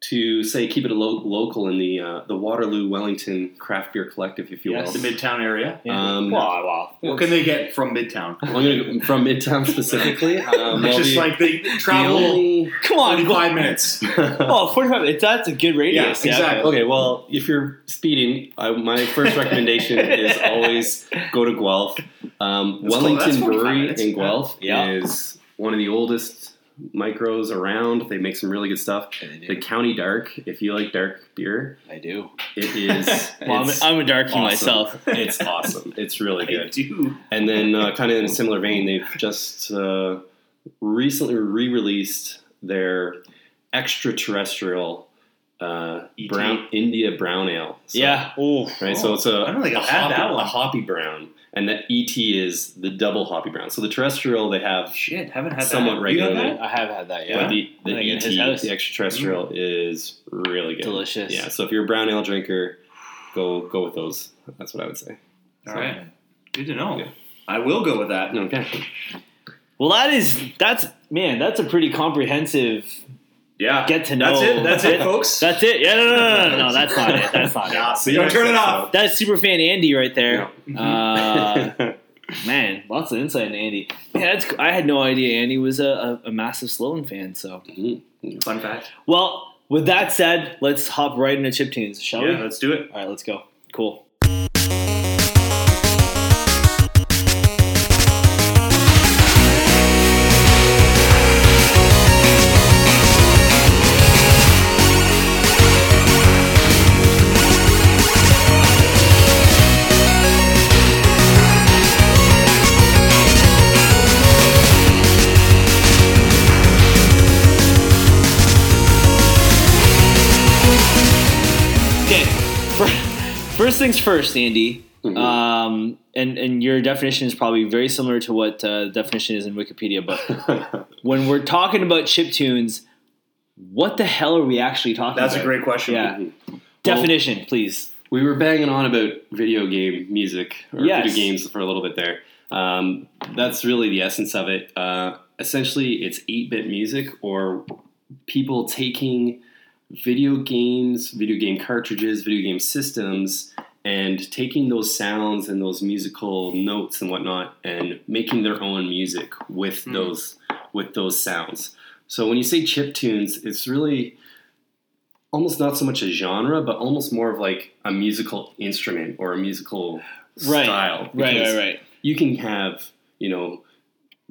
Speaker 3: to say keep it a lo- local in the uh, the Waterloo Wellington Craft Beer Collective, if you
Speaker 1: Yes.
Speaker 2: the
Speaker 3: will.
Speaker 2: midtown area
Speaker 1: yeah.
Speaker 3: Um,
Speaker 1: wow wow
Speaker 2: what can they get from midtown
Speaker 3: I'm gonna go from Midtown specifically.
Speaker 2: it's
Speaker 3: Um, well,
Speaker 2: just
Speaker 3: the-
Speaker 2: like they
Speaker 3: the
Speaker 2: travel
Speaker 3: only-
Speaker 1: come on
Speaker 2: 45 minutes
Speaker 1: oh 45 minutes that's a good radius
Speaker 2: Yeah, exactly.
Speaker 3: Okay, well, if you're speeding, I, my first recommendation is always go to Guelph. Um,
Speaker 2: That's cool. That's
Speaker 3: Wellington
Speaker 2: 45
Speaker 3: Brewery
Speaker 2: minutes.
Speaker 3: in Guelph
Speaker 1: Yeah.
Speaker 3: is one of the oldest micros around. They make some really good stuff. The County Dark, if you like dark beer,
Speaker 1: i do
Speaker 3: it is.
Speaker 1: well, I'm,
Speaker 3: it's,
Speaker 1: I'm a darky
Speaker 3: awesome.
Speaker 1: myself
Speaker 3: it's awesome. It's really
Speaker 2: I
Speaker 3: good.
Speaker 2: do
Speaker 3: And then, uh, kind of in a similar vein, they've just uh, recently re released their extraterrestrial uh,
Speaker 2: ET.
Speaker 3: brown India brown ale. So-
Speaker 1: yeah oh
Speaker 3: Right?
Speaker 2: Oh,
Speaker 3: so it's a,
Speaker 2: I don't think
Speaker 3: a,
Speaker 2: I've had
Speaker 3: hoppy,
Speaker 2: that one.
Speaker 3: a hoppy brown. And that ET is the double hoppy brown. So the terrestrial, they have.
Speaker 2: shit haven't had
Speaker 3: Somewhat
Speaker 2: that
Speaker 3: regularly.
Speaker 2: you had that?
Speaker 1: i have had that
Speaker 3: But
Speaker 1: yeah
Speaker 3: the, E
Speaker 1: I
Speaker 3: the
Speaker 1: think at his
Speaker 3: ET,
Speaker 1: house. Mm-hmm.
Speaker 3: the extraterrestrial, is really good.
Speaker 1: delicious
Speaker 3: Yeah, so if you're a brown ale drinker, go go with those. That's what I would say.
Speaker 2: all right good to know
Speaker 3: Yeah.
Speaker 2: i will go with that
Speaker 3: Okay.
Speaker 1: well that is that's man that's a pretty comprehensive
Speaker 2: yeah
Speaker 1: get to know
Speaker 2: that's it that's it folks
Speaker 1: that's it yeah no no no no, no, that's not it that's not
Speaker 2: Nah,
Speaker 1: it
Speaker 2: see, don't turn it off
Speaker 1: that's super fan andy right there
Speaker 2: Yeah. Mm-hmm.
Speaker 1: uh Man, lots of insight in Andy. Man, that's, I had no idea Andy was a, a, a massive Sloan fan. So,
Speaker 2: fun fact
Speaker 1: well, with that said, let's hop right into chip tunes, shall
Speaker 2: yeah
Speaker 1: we?
Speaker 2: let's do it
Speaker 1: All right, let's go. Cool. Okay. fir- First things first, Andy. Um, and and your definition is probably very similar to what uh, the definition is in Wikipedia. But when we're talking about chip tunes, what the hell are we actually talking
Speaker 2: that's
Speaker 1: about?
Speaker 2: a great question
Speaker 1: Yeah. definition, please.
Speaker 3: We were banging on about video game music or
Speaker 1: Yes.
Speaker 3: video games for a little bit there. Um, that's really the essence of it. Uh, essentially, it's 8 bit music or people taking video games, video game cartridges, video game systems, and taking those sounds and those musical notes and whatnot and making their own music with
Speaker 2: Hmm.
Speaker 3: those with those sounds. So when you say chip tunes, it's really almost not so much a genre, but almost more of like a musical instrument or a musical
Speaker 1: Right.
Speaker 3: style.
Speaker 1: Right,
Speaker 3: Because
Speaker 1: right, right.
Speaker 3: You can have, you know,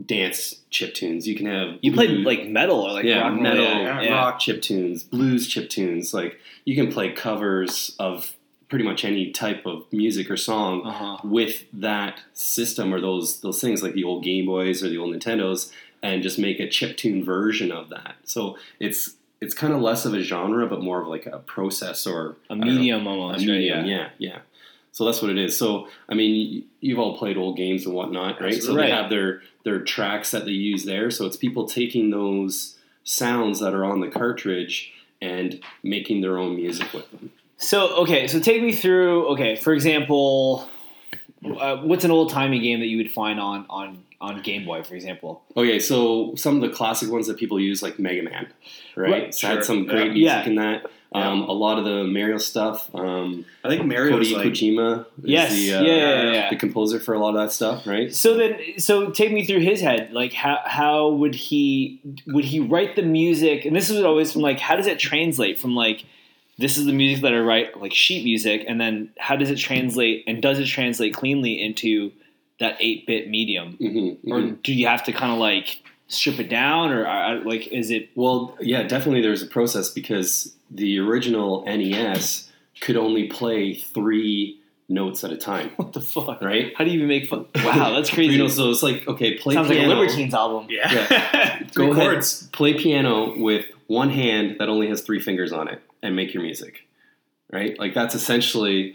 Speaker 3: dance chip tunes. You can have
Speaker 1: You played
Speaker 3: blues-
Speaker 1: like metal or like
Speaker 3: Mm-hmm. yeah,
Speaker 1: rock and roll,
Speaker 3: metal,
Speaker 1: yeah, yeah.
Speaker 3: rock chip tunes, blues chip tunes. Like you can play covers of pretty much any type of music or song
Speaker 1: Uh-huh.
Speaker 3: with that system or those those things like the old Game Boys or the old Nintendos, and just make a chip tune version of that. So it's it's kind of less of a genre, but more of like a process or
Speaker 1: A
Speaker 3: I don't know,
Speaker 1: medium
Speaker 3: a
Speaker 1: almost,
Speaker 3: medium.
Speaker 1: right? Yeah.
Speaker 3: yeah, yeah. So that's what it is. So I mean, y- you've all played old games and whatnot, right? So
Speaker 1: Right.
Speaker 3: they have their their tracks that they use there. So it's people taking those sounds that are on the cartridge and making their own music with them.
Speaker 1: So okay, so take me through. Okay, for example, uh, what's an old timey game that you would find on on on Game Boy, for example?
Speaker 3: Okay, so some of the classic ones that people use, like Mega Man, right?
Speaker 1: Right,
Speaker 3: So
Speaker 2: sure.
Speaker 3: had some great
Speaker 1: Yeah.
Speaker 3: music in that. Um, A lot of the Mario stuff. Um,
Speaker 2: I think Mario was
Speaker 3: Cody
Speaker 2: like
Speaker 3: Kojima is
Speaker 1: Yes,
Speaker 3: the, uh,
Speaker 1: yeah, yeah, yeah, yeah.
Speaker 3: the composer for a lot of that stuff, right?
Speaker 1: So then, so take me through his head. Like, how how would he would he write the music? And this is always from like, how does it translate from like, this is the music that I write, like sheet music, and then how does it translate, and does it translate cleanly into that eight bit medium,
Speaker 3: Mhm,
Speaker 1: or
Speaker 3: mhm.
Speaker 1: do you have to kind of like strip it down, or I- I- like is it?
Speaker 3: Well, yeah, definitely there's a process because the original NES could only play three notes at a time,
Speaker 1: What the fuck?
Speaker 3: right?
Speaker 1: How do you even make fun? Wow, that's crazy.
Speaker 3: Three notes, so it's like okay, play
Speaker 1: Sounds like a
Speaker 3: piano.
Speaker 1: Libertines album.
Speaker 2: Yeah.
Speaker 3: Go
Speaker 2: Three
Speaker 3: ahead.
Speaker 2: chords.
Speaker 3: Play piano with one hand that only has three fingers on it, and make your music, right? Like that's essentially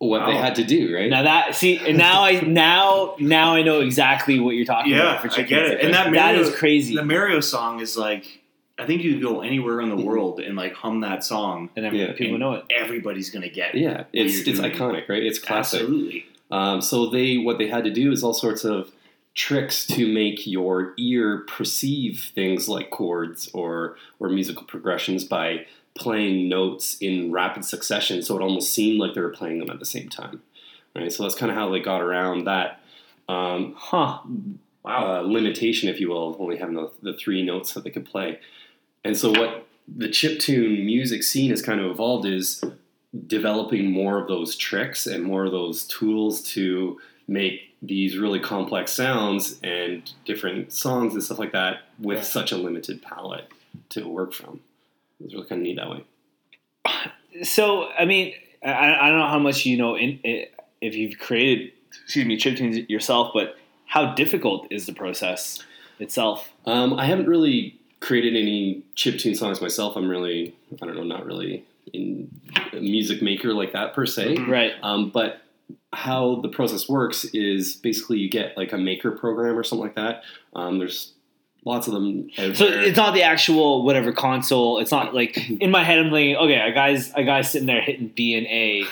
Speaker 3: what they
Speaker 2: Wow.
Speaker 3: had to do, right?
Speaker 1: Now that see, and now I now now I know exactly what you're talking
Speaker 2: Yeah,
Speaker 1: about.
Speaker 2: I
Speaker 1: chicken
Speaker 2: get it.
Speaker 1: music.
Speaker 2: And that
Speaker 1: that
Speaker 2: Mario-
Speaker 1: is crazy.
Speaker 2: The Mario song is like, I think you could go anywhere in the world and like hum that song.
Speaker 1: and then
Speaker 3: Yeah.
Speaker 1: people know it.
Speaker 2: Everybody's gonna get it.
Speaker 3: yeah, it's
Speaker 2: you're
Speaker 1: Mm-hmm.
Speaker 3: it's
Speaker 2: doing.
Speaker 3: iconic, right? It's classic.
Speaker 2: Absolutely.
Speaker 3: Um, so they what they had to do is all sorts of tricks to make your ear perceive things like chords or or musical progressions by playing notes in rapid succession, so it almost seemed like they were playing them at the same time. Right, so that's kind of how they got around that um,
Speaker 1: Huh.
Speaker 3: uh, limitation, if you will, of only having the, the three notes that they could play. And so, what the chiptune music scene has kind of evolved is developing more of those tricks and more of those tools to make these really complex sounds and different songs and stuff like that with
Speaker 1: Yeah.
Speaker 3: such a limited palette to work from. It's really kind of neat that way.
Speaker 1: So I mean, I, I don't know how much you know in, if you've created excuse me chiptunes yourself, but how difficult is the process itself?
Speaker 3: Um, I haven't really created any chiptune songs myself. I'm really, I don't know, not really in a music maker like that per se.
Speaker 2: Mhm.
Speaker 1: Right.
Speaker 3: Um, but how the process works is basically you get like a maker program or something like that. Um, there's lots of them. Out
Speaker 1: So
Speaker 3: there.
Speaker 1: it's not the actual whatever console. It's not like in my head I'm thinking, okay, a guy's a guy's sitting there hitting B and A.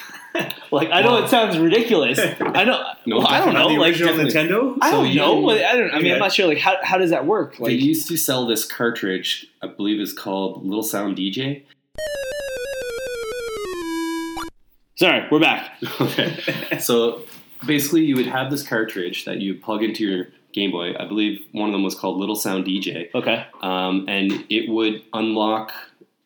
Speaker 1: Like I know it sounds ridiculous. I know.
Speaker 3: No,
Speaker 1: well, I don't
Speaker 2: On
Speaker 1: know.
Speaker 2: the
Speaker 1: Like
Speaker 2: original
Speaker 3: definitely-
Speaker 2: Nintendo.
Speaker 1: I
Speaker 3: So
Speaker 1: don't
Speaker 3: you
Speaker 1: know.
Speaker 3: can-
Speaker 1: what- I don't. I mean,
Speaker 2: Okay.
Speaker 1: I'm not sure. Like how how does that work?
Speaker 3: they
Speaker 1: Like
Speaker 3: used to sell this cartridge. I believe is called Little Sound DJ.
Speaker 1: sorry, we're back.
Speaker 3: okay. So basically, you would have this cartridge that you plug into your Game Boy. I believe one of them was called Little Sound DJ.
Speaker 1: Okay.
Speaker 3: um, and it would unlock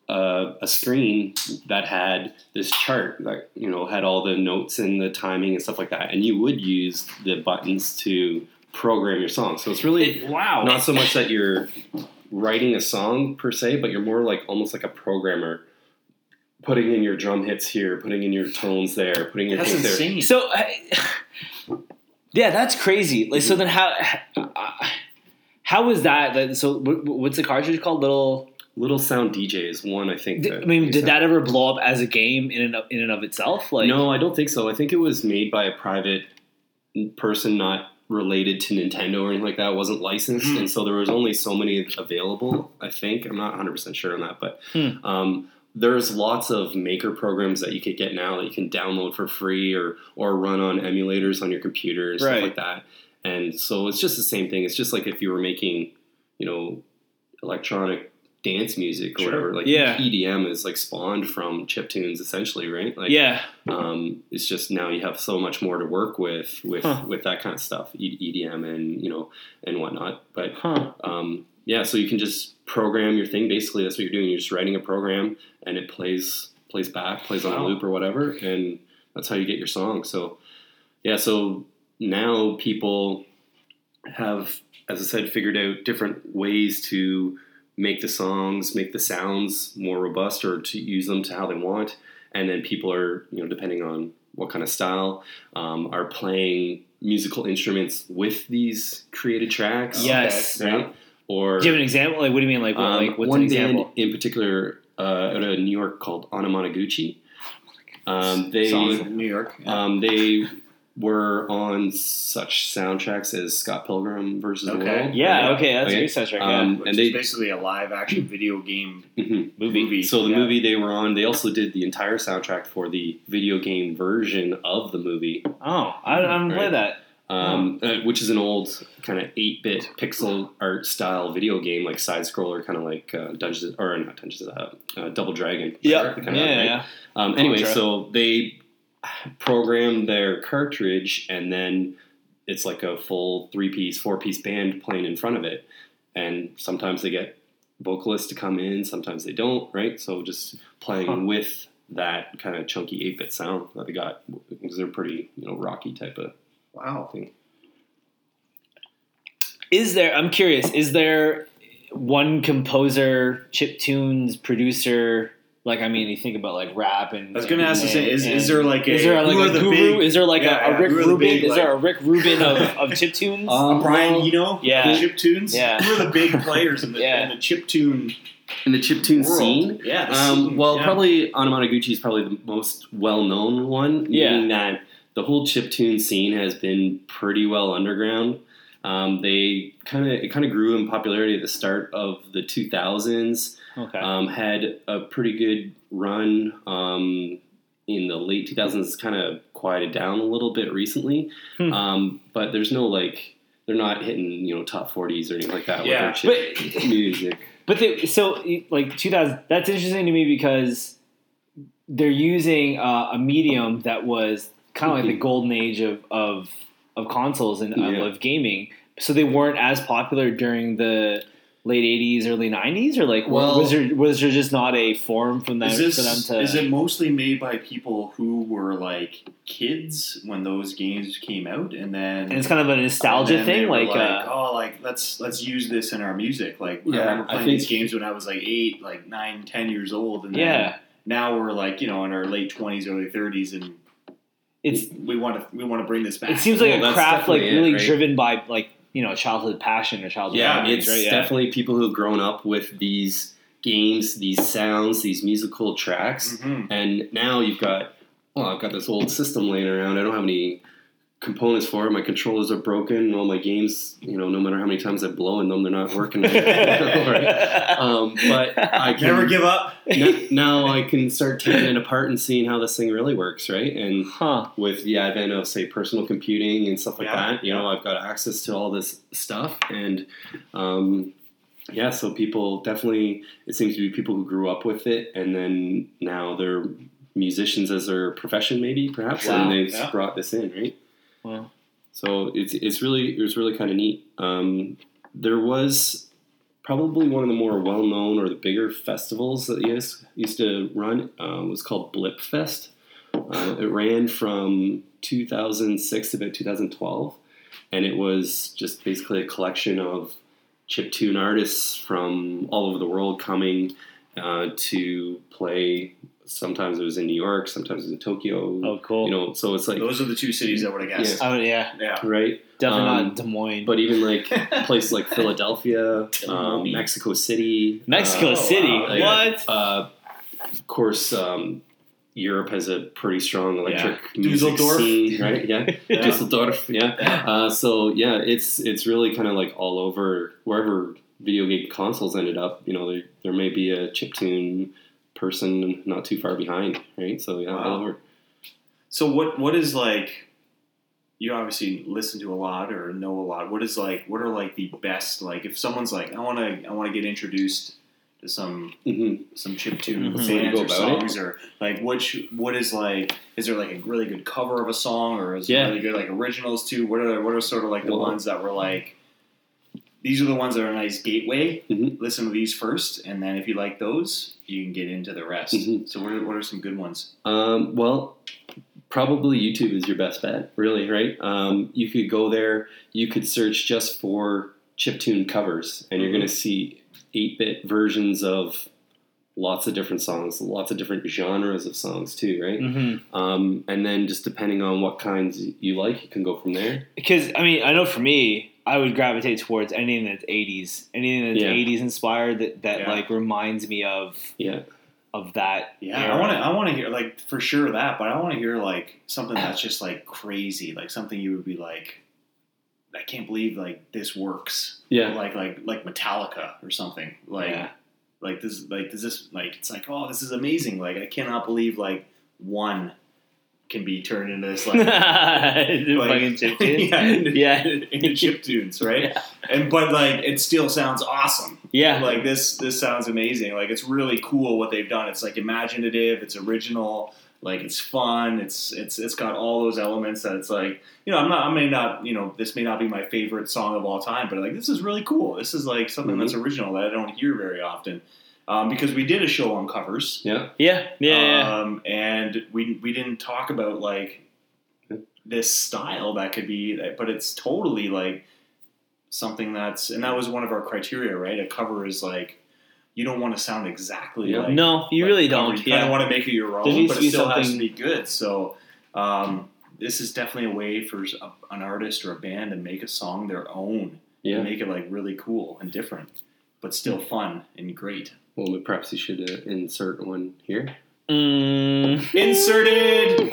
Speaker 3: uh, a screen that had this chart that you know had all the notes and the timing and stuff like that, and you would use the buttons to program your song. So it's really
Speaker 1: Wow.
Speaker 3: not so much that you're writing a song per se, but you're more like almost like a programmer, putting in your drum hits here, putting in your tones there, putting your
Speaker 2: That's
Speaker 3: things there.
Speaker 2: insane.
Speaker 1: So, I- yeah, that's crazy. Like, so then how? How was that? that- So, wh- what's the cartridge called? Little.
Speaker 3: Little Sound DJ is one I think.
Speaker 1: Did,
Speaker 3: that
Speaker 1: I mean,
Speaker 3: they
Speaker 1: did
Speaker 3: sell.
Speaker 1: that ever blow up as a game in and of, in and of itself? Like,
Speaker 3: no, I don't think so. I think it was made by a private person, not related to Nintendo or anything like that. It wasn't licensed,
Speaker 2: Hmm.
Speaker 3: and so there was only so many available. I think I'm not 100 percent sure on that, but
Speaker 1: Hmm.
Speaker 3: um, there's lots of maker programs that you could get now that you can download for free or or run on emulators on your computer and stuff
Speaker 1: Right.
Speaker 3: like that. And so it's just the same thing. It's just like if you were making, you know, electronic dance music or
Speaker 2: Sure.
Speaker 3: whatever. Like
Speaker 1: Yeah.
Speaker 3: EDM is like spawned from chip tunes essentially, right? Like
Speaker 1: yeah,
Speaker 3: um, it's just now you have so much more to work with with
Speaker 1: Huh.
Speaker 3: with that kind of stuff, E- EDM and you know and whatnot. But
Speaker 1: huh?
Speaker 3: um, yeah, so you can just program your thing. Basically, that's what you're doing. You're just writing a program, and it plays plays back, plays on a
Speaker 2: Wow.
Speaker 3: loop or whatever, and that's how you get your song. So yeah, so now people have, as I said, figured out different ways to make the songs, make the sounds more robust, or to use them to how they want. And then people are, you know, depending on what kind of style, um, are playing musical instruments with these created tracks
Speaker 1: Yes.
Speaker 3: right? Or
Speaker 1: Do you have an example? Like, what do you mean? Like, what,
Speaker 3: um,
Speaker 1: like what's
Speaker 3: one
Speaker 1: an example?
Speaker 3: band in particular uh, out of New York called Anamanaguchi.
Speaker 1: Oh
Speaker 3: Um, they
Speaker 2: Songs in New York.
Speaker 3: um, they were on such soundtracks as Scott Pilgrim versus the
Speaker 2: Okay.
Speaker 3: World.
Speaker 1: yeah,
Speaker 3: right?
Speaker 1: okay, that's
Speaker 3: okay.
Speaker 1: a good soundtrack.
Speaker 3: Um,
Speaker 2: Which
Speaker 3: and
Speaker 2: is
Speaker 3: they-
Speaker 2: basically a live action video game
Speaker 3: Mhm.
Speaker 1: Movie.
Speaker 3: So the
Speaker 2: Yeah.
Speaker 3: movie they were on, they also did the entire soundtrack for the video game version of the movie,
Speaker 1: yeah. Oh, I, I don't play
Speaker 3: Right.
Speaker 1: that.
Speaker 3: um,
Speaker 1: Oh.
Speaker 3: uh, which is an old kind of eight-bit pixel art style video game, like side scroller, kind of like uh, Dungeons or not Dungeons, uh, uh, Double Dragon.
Speaker 1: yeah,
Speaker 3: Kinda,
Speaker 1: yeah,
Speaker 3: right?
Speaker 1: yeah.
Speaker 3: Um, anyway,
Speaker 1: Ultra.
Speaker 3: so they program their cartridge, and then it's like a full three-piece, four-piece band playing in front of it. And sometimes they get vocalists to come in, sometimes they don't, right? So just playing
Speaker 1: Huh.
Speaker 3: with that kind of chunky eight-bit sound that they got because they're pretty, you know, rocky type of
Speaker 2: Wow.
Speaker 3: thing.
Speaker 1: Is there? I'm curious. Is there one composer, chip tunes producer? Like I mean, you think about like rap and.
Speaker 2: I was going to ask the
Speaker 1: and-
Speaker 2: same. Is, is there like a,
Speaker 1: is there like
Speaker 2: who are
Speaker 1: a
Speaker 2: the
Speaker 1: guru?
Speaker 2: big-
Speaker 1: is there like
Speaker 2: Yeah,
Speaker 1: a,
Speaker 2: yeah,
Speaker 1: a Rick
Speaker 2: who are the
Speaker 1: Rubin?
Speaker 2: big,
Speaker 1: is
Speaker 2: like-
Speaker 1: there a Rick Rubin of, of chip tunes?
Speaker 2: uh,
Speaker 3: Um,
Speaker 2: Brian
Speaker 3: you
Speaker 2: Eno?
Speaker 1: Yeah.
Speaker 2: Chip tunes?
Speaker 1: Yeah.
Speaker 2: Who are the big players in the,
Speaker 1: Yeah.
Speaker 2: in the chip tune
Speaker 3: in the chiptune
Speaker 2: world?
Speaker 3: scene.
Speaker 2: Yeah. the
Speaker 3: Um,
Speaker 2: scene,
Speaker 3: well,
Speaker 2: yeah.
Speaker 3: probably Anamanaguchi is probably the most well-known one,
Speaker 1: Yeah.
Speaker 3: meaning that the whole chiptune scene has been pretty well underground. Um, they kind of it kind of grew in popularity at the start of the 2000s.
Speaker 1: okay.
Speaker 3: Um, had a pretty good run um, in the late 2000s. It's kind of quieted down a little bit recently,
Speaker 1: Hmm.
Speaker 3: um, but there's no like they're not hitting you know top 40s or anything like that
Speaker 2: Yeah.
Speaker 3: with their chip
Speaker 1: but
Speaker 3: music.
Speaker 1: But they, so like 2000, that's interesting to me because they're using uh, a medium that was kind of like the golden age of of, of consoles and
Speaker 3: Yeah.
Speaker 1: of gaming. So they weren't as popular during the late 80s, early 90s, or like
Speaker 3: Well-
Speaker 1: was there was there just not a form from them
Speaker 2: Is
Speaker 1: for them
Speaker 2: this
Speaker 1: to?
Speaker 2: is it mostly made by people who were like kids when those games came out, and then
Speaker 1: and it's kind of a nostalgia
Speaker 2: and then they
Speaker 1: thing,
Speaker 2: were
Speaker 1: like, uh,
Speaker 2: oh, like let's let's use this in our music. Like
Speaker 3: Yeah,
Speaker 2: I remember
Speaker 3: I
Speaker 2: playing
Speaker 3: think-
Speaker 2: these games when I was like eight, like nine, ten years old, and then
Speaker 1: yeah,
Speaker 2: now we're like you know in our late twenties, early thirties, and
Speaker 1: it's
Speaker 2: we want to we want to bring this back.
Speaker 1: it seems like
Speaker 3: Well,
Speaker 1: a
Speaker 3: that's
Speaker 1: craft like
Speaker 3: definitely it,
Speaker 1: really
Speaker 3: right?
Speaker 1: driven by like you know childhood passion or childhood
Speaker 3: Yeah,
Speaker 1: memories,
Speaker 3: it's
Speaker 1: right? Yeah.
Speaker 3: definitely people who've grown up with these games, these sounds, these musical tracks,
Speaker 2: Mhm.
Speaker 3: and now you've got well, I've got this old system laying around. I don't have any components for it. My controllers are broken. and All my games, you know, no matter how many times I blow in them, they're not working. right. Um, but I can
Speaker 2: Never give up.
Speaker 3: n- now I can start taking it apart and seeing how this thing really works, right? And
Speaker 1: Huh.
Speaker 3: with the advent of say personal computing and stuff like
Speaker 2: Yeah.
Speaker 3: that you know i've got access to all this stuff and um, yeah so people definitely it seems to be people who grew up with it and then now they're musicians as their profession maybe perhaps
Speaker 1: Wow,
Speaker 3: and they've
Speaker 2: yeah.
Speaker 3: brought this in right
Speaker 1: Wow.
Speaker 3: so it's it's really it was really kind of neat um, there was probably one of the more well-known or the bigger festivals that he used, used to run uh, was called Blip Fest. Uh, it ran from 2006 to about 2012, and it was just basically a collection of chiptune artists from all over the world coming uh, to play. Sometimes it was in New York, sometimes it was in Tokyo.
Speaker 1: Oh, cool.
Speaker 3: You know, so it's like
Speaker 2: Those are the two cities I would have guessed.
Speaker 1: oh yeah,
Speaker 2: Yeah.
Speaker 3: right.
Speaker 1: definitely
Speaker 3: Um,
Speaker 1: not Des Moines.
Speaker 3: But even like places like Philadelphia, um,
Speaker 2: Totally.
Speaker 3: Mexico City,
Speaker 1: Mexico
Speaker 2: Oh,
Speaker 1: City.
Speaker 2: wow.
Speaker 3: Yeah.
Speaker 1: What?
Speaker 3: uh, of course, um, Europe has a pretty strong electric music
Speaker 2: Dusseldorf.
Speaker 3: scene, right? Yeah,
Speaker 2: Yeah.
Speaker 3: Dusseldorf. Yeah.
Speaker 2: Yeah.
Speaker 3: Uh, so yeah, it's it's really kind of like all over wherever video game consoles ended up. You know, there, there may be a chiptune person not too far behind, right? So yeah, all
Speaker 2: Wow.
Speaker 3: over.
Speaker 2: So what what is like you obviously listen to a lot or know a lot. What is like what are like the best like if someone's like I want to I want to get introduced to some
Speaker 3: hmm
Speaker 2: some chiptune
Speaker 1: Mhm.
Speaker 2: bands
Speaker 3: Way to go
Speaker 2: or
Speaker 3: about it.
Speaker 2: songs or like which what is like is there like a really good cover of a song or is
Speaker 1: Yeah.
Speaker 2: there really good like originals too? What are what are sort of like the
Speaker 3: Well-
Speaker 2: ones that were like these are the ones that are a nice gateway.
Speaker 3: Mhm.
Speaker 2: Listen to these first, and then if you like those, you can get into the rest.
Speaker 3: Mhm.
Speaker 2: So, what are, what are some good ones?
Speaker 3: Um, well, probably YouTube is your best bet, really, right? Um, you could go there, you could search just for chiptune covers, and you're going
Speaker 2: Mm-hmm.
Speaker 3: to see 8 bit versions of lots of different songs, lots of different genres of songs, too, right?
Speaker 1: Mhm.
Speaker 3: Um, and then just depending on what kinds you like, you can go from there.
Speaker 1: Because I mean, I know for me, I would gravitate towards anything that's '80s, anything that's
Speaker 3: Yeah.
Speaker 1: '80s inspired that, that
Speaker 2: Yeah.
Speaker 1: like reminds me of
Speaker 3: Yeah.
Speaker 1: of that.
Speaker 2: Yeah,
Speaker 1: era.
Speaker 2: I want to. I want to hear like for sure that, but I want to hear like something that's just like crazy, like something you would be like, I can't believe like this works,
Speaker 3: Yeah.
Speaker 2: like like like Metallica or something, like
Speaker 1: Yeah.
Speaker 2: like this like this is like it's like oh this is amazing, like I cannot believe like one can be turned into this like.
Speaker 1: Fucking
Speaker 2: like-
Speaker 1: chiptune.
Speaker 2: yeah, into,
Speaker 1: Yeah.
Speaker 2: into chip tunes, right?
Speaker 1: Yeah. Uh-huh.
Speaker 2: And but like it still sounds awesome.
Speaker 1: Yeah.
Speaker 2: like this this sounds amazing like it's really cool what they've done it's like imaginative it's original like it's fun it's it's it's got all those elements that it's like you know i'm not i may not you know this may not be my favorite song of all time but like this is really cool this is like something that's original that i don't hear very often um, because we did a show on covers
Speaker 3: Yeah.
Speaker 1: yeah, yeah,
Speaker 2: um, and we we didn't talk about like this style that could be but it's totally like something that's and that was one of our criteria, right? A cover is like you don't want to sound exactly
Speaker 3: Yeah.
Speaker 2: like
Speaker 1: no, you
Speaker 2: like
Speaker 1: really
Speaker 2: cover.
Speaker 1: don't.
Speaker 2: You kind of
Speaker 1: Yeah.
Speaker 2: want to make it your own,
Speaker 1: There needs
Speaker 2: but
Speaker 1: to be
Speaker 2: it still has to
Speaker 1: something-
Speaker 2: be good. So um, this is definitely a way for s- a- an artist or a band to make a song their own, and
Speaker 3: Yeah.
Speaker 2: make it like really cool and different, but
Speaker 1: Hmm.
Speaker 2: still fun and great.
Speaker 3: Well, perhaps you should uh, insert one here.
Speaker 1: Mm.
Speaker 2: Inserted.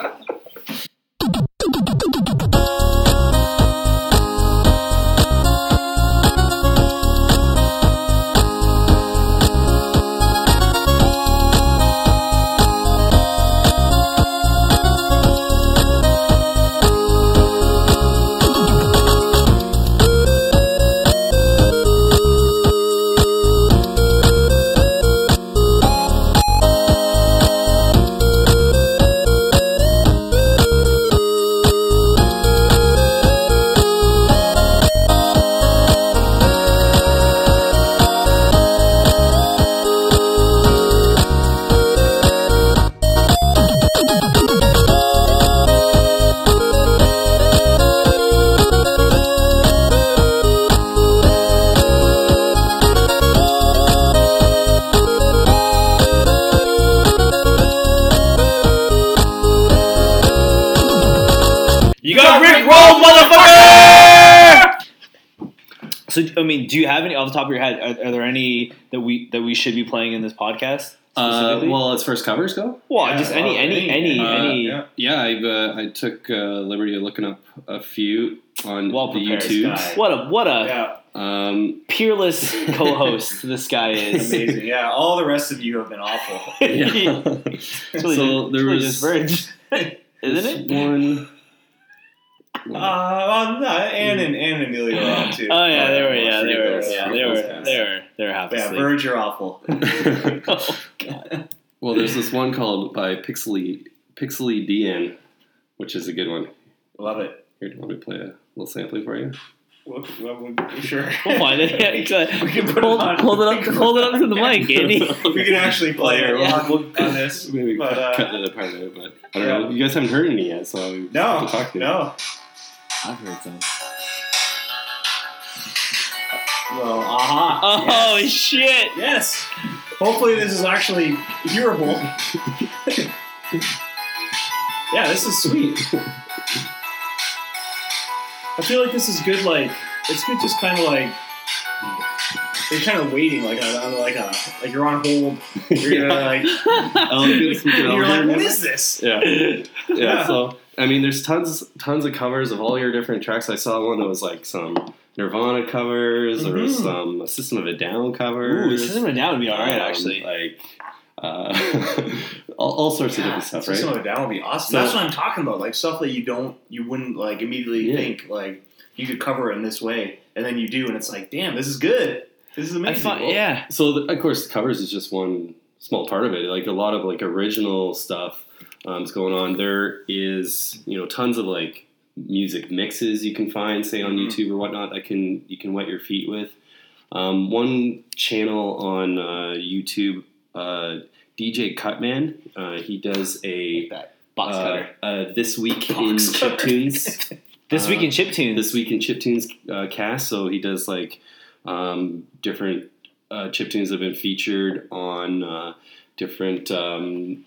Speaker 1: You got Rick Roll, motherfucker! So, I mean, do you have any off the top of your head? Are, are there any that we that we should be playing in this podcast?
Speaker 3: Uh,
Speaker 1: specifically?
Speaker 3: well, as far as covers go,
Speaker 1: well,
Speaker 2: Yeah,
Speaker 1: just any,
Speaker 2: well,
Speaker 1: any, any,
Speaker 2: any-
Speaker 3: uh,
Speaker 1: any.
Speaker 2: yeah.
Speaker 3: yeah, I've, uh, I took uh, liberty of looking up a few on
Speaker 1: Well
Speaker 3: the
Speaker 1: prepared
Speaker 3: YouTubes.
Speaker 2: guy.
Speaker 1: What a what a
Speaker 2: Yeah.
Speaker 3: Um,
Speaker 1: peerless co-host this guy is.
Speaker 2: Amazing. Yeah, all the rest of you have been awful.
Speaker 3: yeah.
Speaker 1: It's really just,
Speaker 3: So
Speaker 1: it's
Speaker 3: there
Speaker 1: really
Speaker 3: was-
Speaker 1: just Verge, isn't it?
Speaker 3: One.
Speaker 2: Uh, well, no, and and and Amelia are on too.
Speaker 1: Oh yeah, they were. Yeah, they
Speaker 3: three
Speaker 1: were.
Speaker 3: of those,
Speaker 1: Yeah,
Speaker 3: three
Speaker 1: they
Speaker 3: of
Speaker 1: were.
Speaker 3: those
Speaker 1: They were.
Speaker 3: guys.
Speaker 1: They were. They were half
Speaker 2: Yeah,
Speaker 1: asleep.
Speaker 2: Verge, you're awful.
Speaker 1: Oh,
Speaker 3: well, there's this one called by Pixely Pixely DN, which is a good one.
Speaker 2: Love it.
Speaker 3: Here, do you want me to play a little sampling for you?
Speaker 2: Well, well, we- sure.
Speaker 1: We'll find it. Yeah, exactly.
Speaker 2: We can put
Speaker 1: hold,
Speaker 2: it on.
Speaker 1: hold it up. Hold it up to the mic, Andy.
Speaker 2: We can actually play it
Speaker 1: Yeah.
Speaker 2: on, on this.
Speaker 3: Maybe
Speaker 2: But,
Speaker 3: cut,
Speaker 2: uh,
Speaker 3: cut it apart a bit, but I don't
Speaker 2: yeah.
Speaker 3: know. You guys haven't heard any yet, so I'm
Speaker 2: No,
Speaker 3: talk to you.
Speaker 2: no.
Speaker 1: I've heard some.
Speaker 2: Well, aha.
Speaker 1: Oh shit!
Speaker 2: Yes. Hopefully, this is actually hearable. yeah, this is sweet. I feel like this is good. Like it's good, just kind of like you're kind of waiting, like on, on like a like you're on hold. You're gonna like
Speaker 3: Elegance, we can
Speaker 2: you're
Speaker 3: all
Speaker 2: like,
Speaker 3: hear
Speaker 2: what
Speaker 3: it.
Speaker 2: is this?
Speaker 3: Yeah. yeah.
Speaker 2: Yeah.
Speaker 3: So I mean, there's tons, tons of covers of all your different tracks. I saw one that was like some Nirvana covers, there was
Speaker 2: Mhm.
Speaker 3: some System of a Down
Speaker 1: Ooh,
Speaker 3: covers.
Speaker 1: this isn't down would be all right,
Speaker 3: um,
Speaker 1: actually.
Speaker 3: Like uh, all, all sorts of different stuff,
Speaker 2: System
Speaker 3: right?
Speaker 2: of a Down would be awesome.
Speaker 3: So-
Speaker 2: That's what I'm talking about. Like stuff that you don't, you wouldn't like immediately
Speaker 3: Yeah.
Speaker 2: think like you could cover it in this way, and then you do, and it's like, damn, this is good. This is
Speaker 1: I
Speaker 2: amazing.
Speaker 1: thought,
Speaker 2: Well,
Speaker 1: yeah.
Speaker 3: So the, of course, the covers is just one small part of it. Like a lot of like original stuff um, is going on. There is you know tons of like music mixes you can find, say on
Speaker 2: Mhm.
Speaker 3: YouTube or whatnot. That can you can wet your feet with. Um, one channel on uh, YouTube, uh, DJ Cutman, uh, he does a
Speaker 2: that.
Speaker 1: Box
Speaker 3: uh,
Speaker 1: cutter.
Speaker 3: uh, this week in
Speaker 2: Box cutter.
Speaker 3: chiptunes
Speaker 1: This
Speaker 3: uh,
Speaker 1: week in chiptunes.
Speaker 3: this week in chiptunes uh, cast. So he does like um, different uh, chiptunes that have been featured on uh, different um,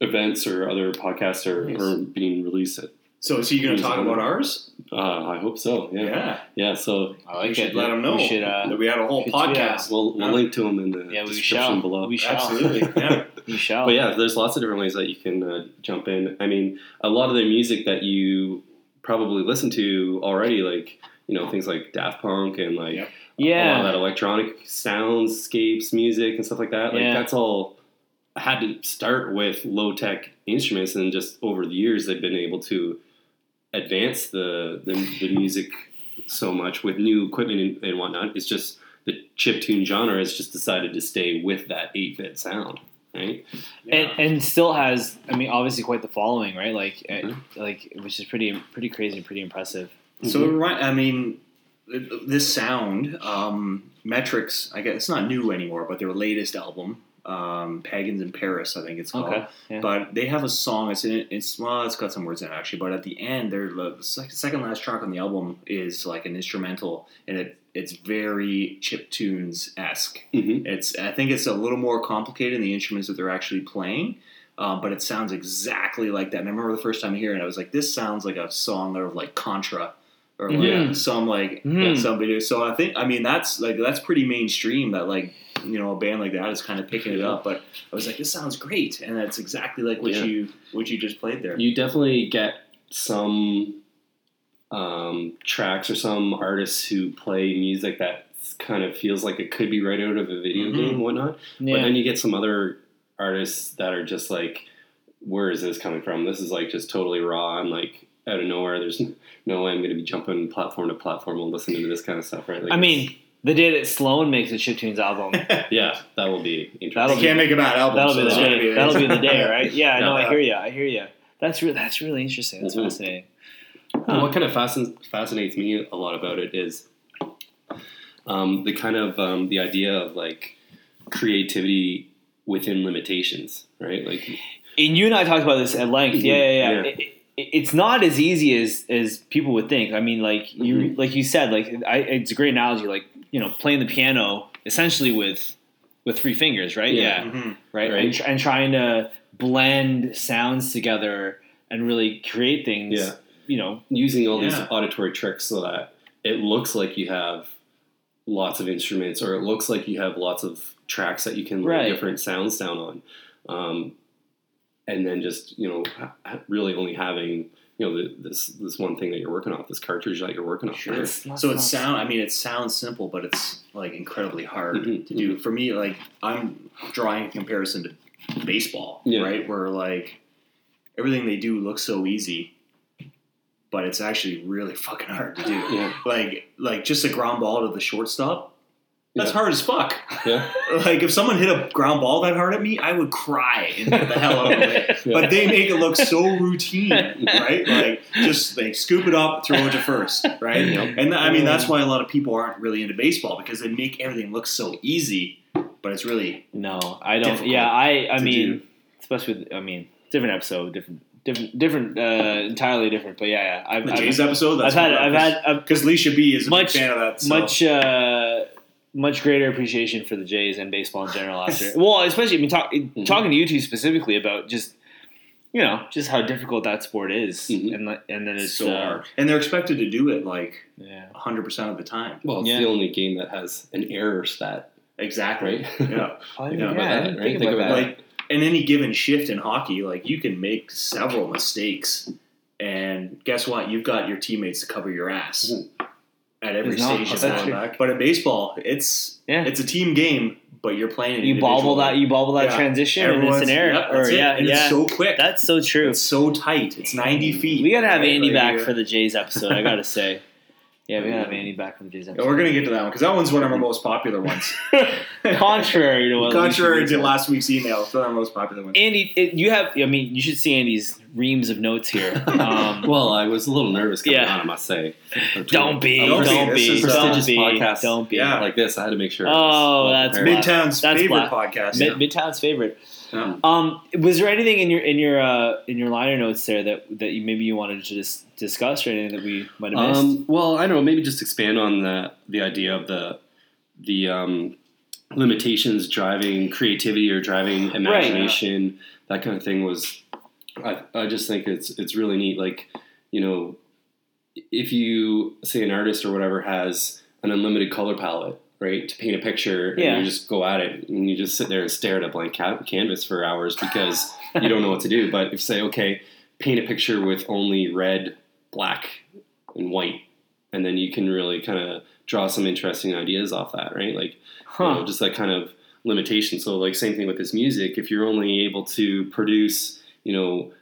Speaker 3: events or other podcasts are,
Speaker 1: Nice.
Speaker 3: are being released. At,
Speaker 2: So, is he going to
Speaker 3: Who's
Speaker 2: talk
Speaker 3: on
Speaker 2: about
Speaker 3: it?
Speaker 2: ours?
Speaker 3: uh, I hope so. Yeah, yeah. so
Speaker 1: I
Speaker 2: we
Speaker 1: like
Speaker 2: should
Speaker 1: it.
Speaker 2: let him know
Speaker 1: We should, uh,
Speaker 2: that we had a whole
Speaker 1: should do that.
Speaker 2: podcast.
Speaker 3: we'll, we'll
Speaker 2: Yeah.
Speaker 3: link to him in the
Speaker 1: Yeah, we
Speaker 3: description
Speaker 1: shall.
Speaker 3: below.
Speaker 1: We shall.
Speaker 2: Absolutely, yeah.
Speaker 1: we shall.
Speaker 3: But yeah, there's lots of different ways that you can uh, jump in. I mean, a lot of the music that you probably listen to already, like you know things like Daft Punk and like
Speaker 2: Yep.
Speaker 3: a lot of
Speaker 1: yeah.
Speaker 3: that electronic soundscapes, music, and stuff like that. Like
Speaker 1: Yeah.
Speaker 3: that's all. I had to start with low tech instruments, and just over the years, they've been able to advance the the, the music so much with new equipment and, and whatnot. It's just the chiptune genre has just decided to stay with that eight bit sound, right?
Speaker 1: And, and still has, I mean, obviously quite the following, right? Like, uh,
Speaker 3: Mhm.
Speaker 1: like, which is pretty, pretty crazy, and pretty impressive.
Speaker 2: So,
Speaker 1: Mhm.
Speaker 2: right, I mean, th- this sound, um, Metrics, I guess it's not new anymore, but their latest album, um, Pagans in Paris, I think it's called.
Speaker 1: Okay. Yeah.
Speaker 2: Oh. But they have a song. It's in, it's well, it's got some words in it actually. But at the end, they're the sec- second last track on the album is like an instrumental, and it it's very chip tunes esque.
Speaker 1: Mm-hmm.
Speaker 3: Mhm.
Speaker 2: It's I think it's a little more complicated in the instruments that they're actually playing, uh, but it sounds exactly like that. And I remember the first time hearing it, I was like, this sounds like a song out of like Contra or like
Speaker 1: Mhm.
Speaker 2: some like
Speaker 1: Mhm.
Speaker 2: yeah, somebody. So I think I mean that's like that's pretty mainstream that like you know a band like that is kind of picking it up. But I was like, this sounds great, and that's exactly like what
Speaker 3: Yeah.
Speaker 2: you what you just played there.
Speaker 3: You definitely get some um, tracks or some artists who play music that kind of feels like it could be right out of a video
Speaker 2: Mhm.
Speaker 3: game, and whatnot.
Speaker 1: Mm-hmm. Yeah.
Speaker 3: But then you get some other artists that are just like, where is this coming from? This is like just totally raw and like out of nowhere. There's no way I'm going to be jumping platform to platform and listening to this kind of stuff, right? Like
Speaker 1: I mean, the day that Sloan makes a chiptunes album,
Speaker 3: yeah, that will be interesting.
Speaker 1: That'll be-
Speaker 2: can't make a bad album.
Speaker 1: that'll
Speaker 2: so
Speaker 1: be the
Speaker 2: it's gonna
Speaker 1: day. That'll be the day, right? Yeah,
Speaker 3: No.
Speaker 1: no, I hear you. I hear you. That's really that's really interesting. That's
Speaker 3: Mhm.
Speaker 1: fascinating.
Speaker 3: And what kind of fascin- fascinates me a lot about it is um, the kind of um, the idea of like creativity within limitations, right? Like,
Speaker 1: And you and I talked about this at length. Yeah, yeah, yeah.
Speaker 3: Yeah.
Speaker 1: It- it- it's not as easy as as people would think. I mean, like you
Speaker 3: Mhm.
Speaker 1: like you said, like I, it's a great analogy. Like you know, playing the piano essentially with with three fingers, right?
Speaker 3: Yeah.
Speaker 2: Mhm.
Speaker 1: right,
Speaker 3: Right.
Speaker 1: And, tr- and trying to blend sounds together and really create things.
Speaker 3: Yeah.
Speaker 1: You know,
Speaker 3: using all these
Speaker 2: Yeah.
Speaker 3: auditory tricks so that it looks like you have lots of instruments or it looks like you have lots of tracks that you can lay
Speaker 1: Right.
Speaker 3: different sounds down on um, and then just you know ha- ha- really only having you know the, this this one thing that you're working off this cartridge that you're working off right?
Speaker 2: So it sound. I mean, it sounds simple, but it's like incredibly hard
Speaker 3: Mhm,
Speaker 2: to do. For me, like I'm drawing a comparison to baseball,
Speaker 3: Yeah.
Speaker 2: right? Where like everything they do looks so easy, but it's actually really fucking hard to do.
Speaker 3: yeah
Speaker 2: Like, like just a ground ball to the shortstop. That's
Speaker 3: Yeah.
Speaker 2: hard as fuck.
Speaker 3: yeah
Speaker 2: Like if someone hit a ground ball that hard at me, I would cry and get the hell out of the way. But they make it look so routine, right? Like just like scoop it up, throw it to first, right?
Speaker 3: Yep.
Speaker 2: And I mean that's why a lot of people aren't really into baseball because they make everything look so easy, but it's really
Speaker 1: No, I don't.
Speaker 2: difficult
Speaker 1: Yeah, I. I
Speaker 2: to
Speaker 1: mean,
Speaker 2: do.
Speaker 1: especially with. I mean, different episode, different, different, different, uh, entirely different. But yeah, yeah. I've,
Speaker 2: the
Speaker 1: I've,
Speaker 2: Jays episode.
Speaker 1: I've
Speaker 2: That's
Speaker 1: had. I've had a
Speaker 2: because Leisha B is a
Speaker 1: Much-
Speaker 2: big fan of that. So.
Speaker 1: much. Uh, much greater appreciation for the Jays and baseball in general last year. Well, especially I mean, talk,
Speaker 2: Mm-hmm.
Speaker 1: talking to you two specifically about just you know just how difficult that sport is,
Speaker 3: Mhm.
Speaker 1: and like- and then it's
Speaker 2: it's Mm-hmm. so
Speaker 1: uh,
Speaker 2: hard, and they're expected to do it like
Speaker 1: Yeah,
Speaker 2: 100 percent of the time.
Speaker 3: well it's
Speaker 1: Yeah.
Speaker 3: the only game that has an error stat
Speaker 2: Exactly.
Speaker 3: right
Speaker 2: Yeah.
Speaker 1: yeah,
Speaker 2: about
Speaker 1: I
Speaker 3: that,
Speaker 1: didn't
Speaker 3: right?
Speaker 1: think
Speaker 3: Think
Speaker 1: about
Speaker 3: about
Speaker 1: that.
Speaker 2: like in any given shift in hockey, like you can make several mistakes, and guess what? You've got your teammates to cover your ass
Speaker 3: Mhm.
Speaker 2: at every
Speaker 1: It's not-
Speaker 2: stage of
Speaker 1: that's
Speaker 2: that.
Speaker 1: true.
Speaker 2: But in baseball, it's
Speaker 1: Yeah.
Speaker 2: it's a team game, but you're playing.
Speaker 1: you bobble that, you bobble that
Speaker 2: Yeah.
Speaker 1: transition, and it's an error.
Speaker 2: Yep,
Speaker 1: or
Speaker 2: that's it.
Speaker 1: yeah,
Speaker 2: and
Speaker 1: yeah.
Speaker 2: it's so quick.
Speaker 1: That's so true.
Speaker 2: it's so tight. It's 90 feet.
Speaker 1: We gotta have
Speaker 2: right?
Speaker 1: Andy
Speaker 2: Like,
Speaker 1: back
Speaker 2: you're-
Speaker 1: for the Jays episode. I gotta say, yeah, we gotta have Andy back for the Jays
Speaker 2: Yeah, We're
Speaker 1: episode.
Speaker 2: gonna get to that one because that one's one of our most popular ones.
Speaker 1: Contrary to what
Speaker 2: Contrary
Speaker 1: Lucy
Speaker 2: to
Speaker 1: said.
Speaker 2: last week's email, it's one of our most popular ones.
Speaker 1: Andy, it, you have. I mean, you should see Andy's reams of notes here. Um,
Speaker 3: well i was a little nervous coming
Speaker 1: Yeah.
Speaker 3: on i must say
Speaker 1: don't be,
Speaker 2: Don't
Speaker 1: don't,
Speaker 2: be. This
Speaker 1: be,
Speaker 2: is a
Speaker 1: don't
Speaker 3: prestigious
Speaker 1: be,
Speaker 3: podcast.
Speaker 1: don't be.
Speaker 2: Yeah.
Speaker 3: like this i had to make sure
Speaker 1: Oh,
Speaker 3: I was well
Speaker 1: that's
Speaker 3: prepared.
Speaker 1: big
Speaker 2: Midtown's
Speaker 1: That's
Speaker 2: favorite
Speaker 1: black.
Speaker 2: podcast.
Speaker 1: Mid- Midtown's favorite.
Speaker 2: Yeah.
Speaker 1: Um, was there anything in your in your uh, in your liner notes there that that you, maybe you wanted to dis- discuss or anything that we might have missed?
Speaker 3: Um, well, I don't know. Maybe just expand on the the idea of the the um, limitations driving creativity or driving imagination. That kind of thing was. I, I just think it's it's really neat. Like you know, if you say an artist or whatever has an unlimited color palette, right, to paint a picture,
Speaker 1: Yeah.
Speaker 3: and you just go at it, and you just sit there and stare at a blank ca- canvas for hours because you don't know what to do. But if you say, okay, paint a picture with only red, black, and white, and then you can really kind of draw some interesting ideas off that, right? Like you know,
Speaker 1: huh.
Speaker 3: just that kind of limitation. So like same thing with this music. If you're only able to produce, you know,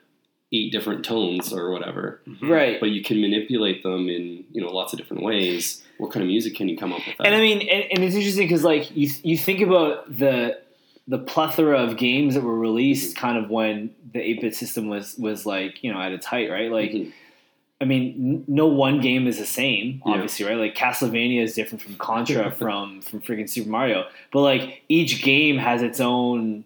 Speaker 3: eight different tones or whatever,
Speaker 1: Right.
Speaker 3: but you can manipulate them in you know lots of different ways. What kind of music can you come up with? That?
Speaker 1: And I mean, and, and it's interesting because like you you think about the the plethora of games that were
Speaker 3: Mm-hmm.
Speaker 1: released kind of when the 8-bit system was was like you know at its height, right? Like
Speaker 3: Mhm.
Speaker 1: I mean, n- no
Speaker 2: Mm-hmm.
Speaker 1: one game is the same, obviously, right? Like Castlevania is different from Contra from from freaking Super Mario, but like each game has its own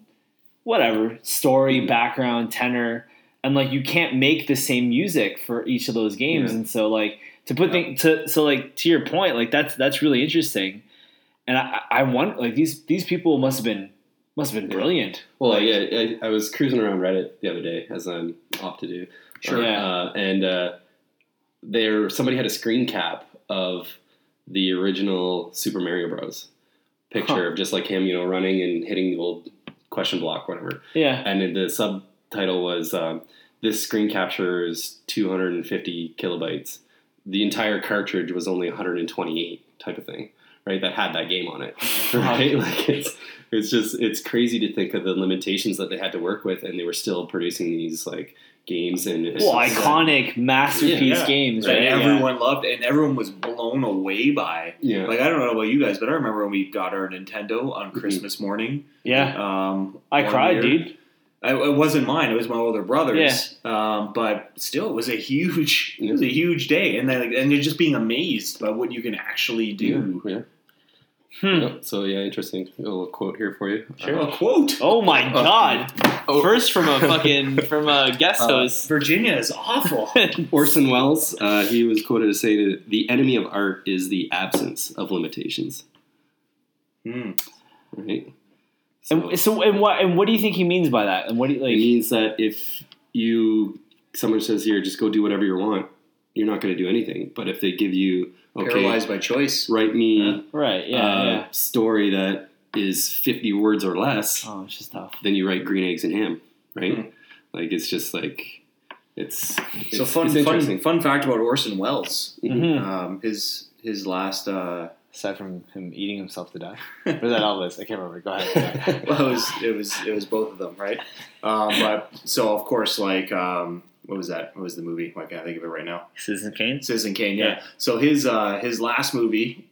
Speaker 1: whatever
Speaker 2: Mm-hmm.
Speaker 1: story, background, tenor, and like you can't make the same music for each of those games,
Speaker 3: Yeah.
Speaker 1: and so like to put things to so like to your point, like that's that's really interesting, and I I I want like these these people must have been must have been
Speaker 3: Yeah.
Speaker 1: brilliant.
Speaker 3: Well,
Speaker 1: Like-
Speaker 3: yeah, I, I was cruising around Reddit the other day, as I'm off to do.
Speaker 1: Sure. Yeah.
Speaker 3: Uh, and uh, there, somebody had a screen cap of the original Super Mario Bros. picture
Speaker 1: Huh.
Speaker 3: of just like him, you know, running and hitting the old question block, whatever.
Speaker 1: Yeah,
Speaker 3: And then the subtitle was um, "This screen capture is 250 kilobytes. The entire cartridge was only 128." Type of thing, right? That had that game on it, right? like it's it's just it's crazy to think of the limitations that they had to work with, and they were still producing these like games and
Speaker 1: well,
Speaker 3: it's-
Speaker 1: iconic masterpiece
Speaker 2: Yeah.
Speaker 1: games,
Speaker 2: that
Speaker 1: right? Yeah.
Speaker 2: everyone loved and everyone was blown away by.
Speaker 3: Yeah,
Speaker 2: Like I don't know about you guys, but I remember when we got our Nintendo on
Speaker 3: Mhm.
Speaker 2: Christmas morning.
Speaker 1: yeah.
Speaker 2: Um,
Speaker 1: Mm-hmm. I
Speaker 2: one
Speaker 1: cried,
Speaker 2: year.
Speaker 1: dude.
Speaker 2: I, it wasn't mine. It was my older brother's. Um, but still, it was a huge, it was a huge day, and then and you're just being amazed by what you can actually do.
Speaker 3: yeah.
Speaker 1: Hmm.
Speaker 3: yeah. So yeah, interesting. A little quote here for you.
Speaker 1: Sure.
Speaker 2: A quote.
Speaker 1: Oh my
Speaker 3: Oh.
Speaker 1: god!
Speaker 3: Oh.
Speaker 1: First from a fucking from a guest
Speaker 3: Uh,
Speaker 1: host.
Speaker 2: Virginia is awful.
Speaker 3: Orson Welles, uh, he was quoted as saying that the enemy of art is the absence of limitations.
Speaker 2: Hmm.
Speaker 3: Right. So-
Speaker 1: and, so and what and what do you think he means by that? And what do you,
Speaker 3: it
Speaker 1: like?
Speaker 3: means that if you someone says here just go do whatever you want you're not going to do anything but if they give you okay
Speaker 2: Paralyzed by choice.
Speaker 3: write me
Speaker 1: Right? Yeah.
Speaker 3: a
Speaker 1: yeah.
Speaker 3: story that is 50 words or less
Speaker 1: Oh, it's just tough.
Speaker 3: then you write green eggs and ham right
Speaker 2: Hmm.
Speaker 3: like it's just like it's, it's
Speaker 2: so fun,
Speaker 3: it's
Speaker 2: fun,
Speaker 3: interesting
Speaker 2: fun fact about Orson Welles.
Speaker 1: Mhm.
Speaker 2: Um, his his last uh,
Speaker 1: Aside from him eating himself to death, was that Elvis? I can't remember. Go ahead.
Speaker 3: Mm-hmm.
Speaker 2: well, it was it was it was both of them, right? Um, but so of course, like um, what was that? What was the movie? Why can't I think of it right now?
Speaker 1: Citizen Kane.
Speaker 2: Citizen Kane, yeah. So his uh, his last movie,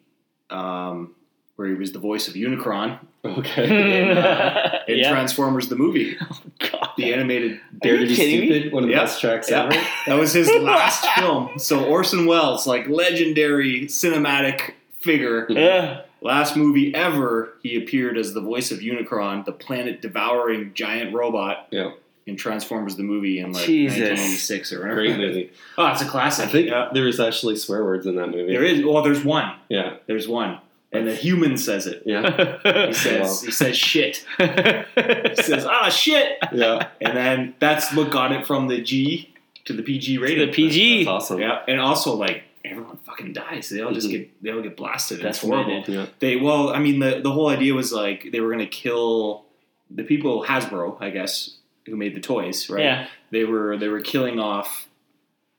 Speaker 2: um, where he was the voice of Unicron
Speaker 3: okay
Speaker 2: And, uh, in
Speaker 1: yeah.
Speaker 2: Transformers the movie,
Speaker 1: God.
Speaker 2: the animated.
Speaker 3: dare to
Speaker 1: you
Speaker 3: be
Speaker 1: kidding me?
Speaker 3: stupid one of the
Speaker 2: Yeah.
Speaker 3: best tracks
Speaker 2: Yeah.
Speaker 3: ever
Speaker 2: That was his last film. So Orson Welles, like legendary cinematic figure,
Speaker 1: Yeah.
Speaker 2: last movie ever, he appeared as the voice of Unicron, the planet devouring giant robot.
Speaker 3: Yeah.
Speaker 2: In Transformers the movie in like
Speaker 1: Jesus.
Speaker 2: 1986 or whatever.
Speaker 3: great movie
Speaker 2: Oh, it's a classic.
Speaker 3: i think
Speaker 2: Yeah.
Speaker 3: there was actually swear words in that movie
Speaker 2: there is. Well, there's one.
Speaker 3: yeah
Speaker 2: There's one, and the human says it.
Speaker 3: yeah
Speaker 2: He says he says shit. He
Speaker 1: the
Speaker 2: says ah shit,
Speaker 3: yeah
Speaker 2: and then that's what got it from the G to the PG rating.
Speaker 1: PG.
Speaker 3: that's awesome
Speaker 2: Yeah, and also like everyone fucking dies. They all just get they all get blasted. It's
Speaker 1: That's
Speaker 2: horrible.
Speaker 3: yeah
Speaker 2: They well, I mean the the whole idea was like they were gonna kill the people Hasbro, I guess, who made the toys, right?
Speaker 1: Yeah.
Speaker 2: They were they were killing off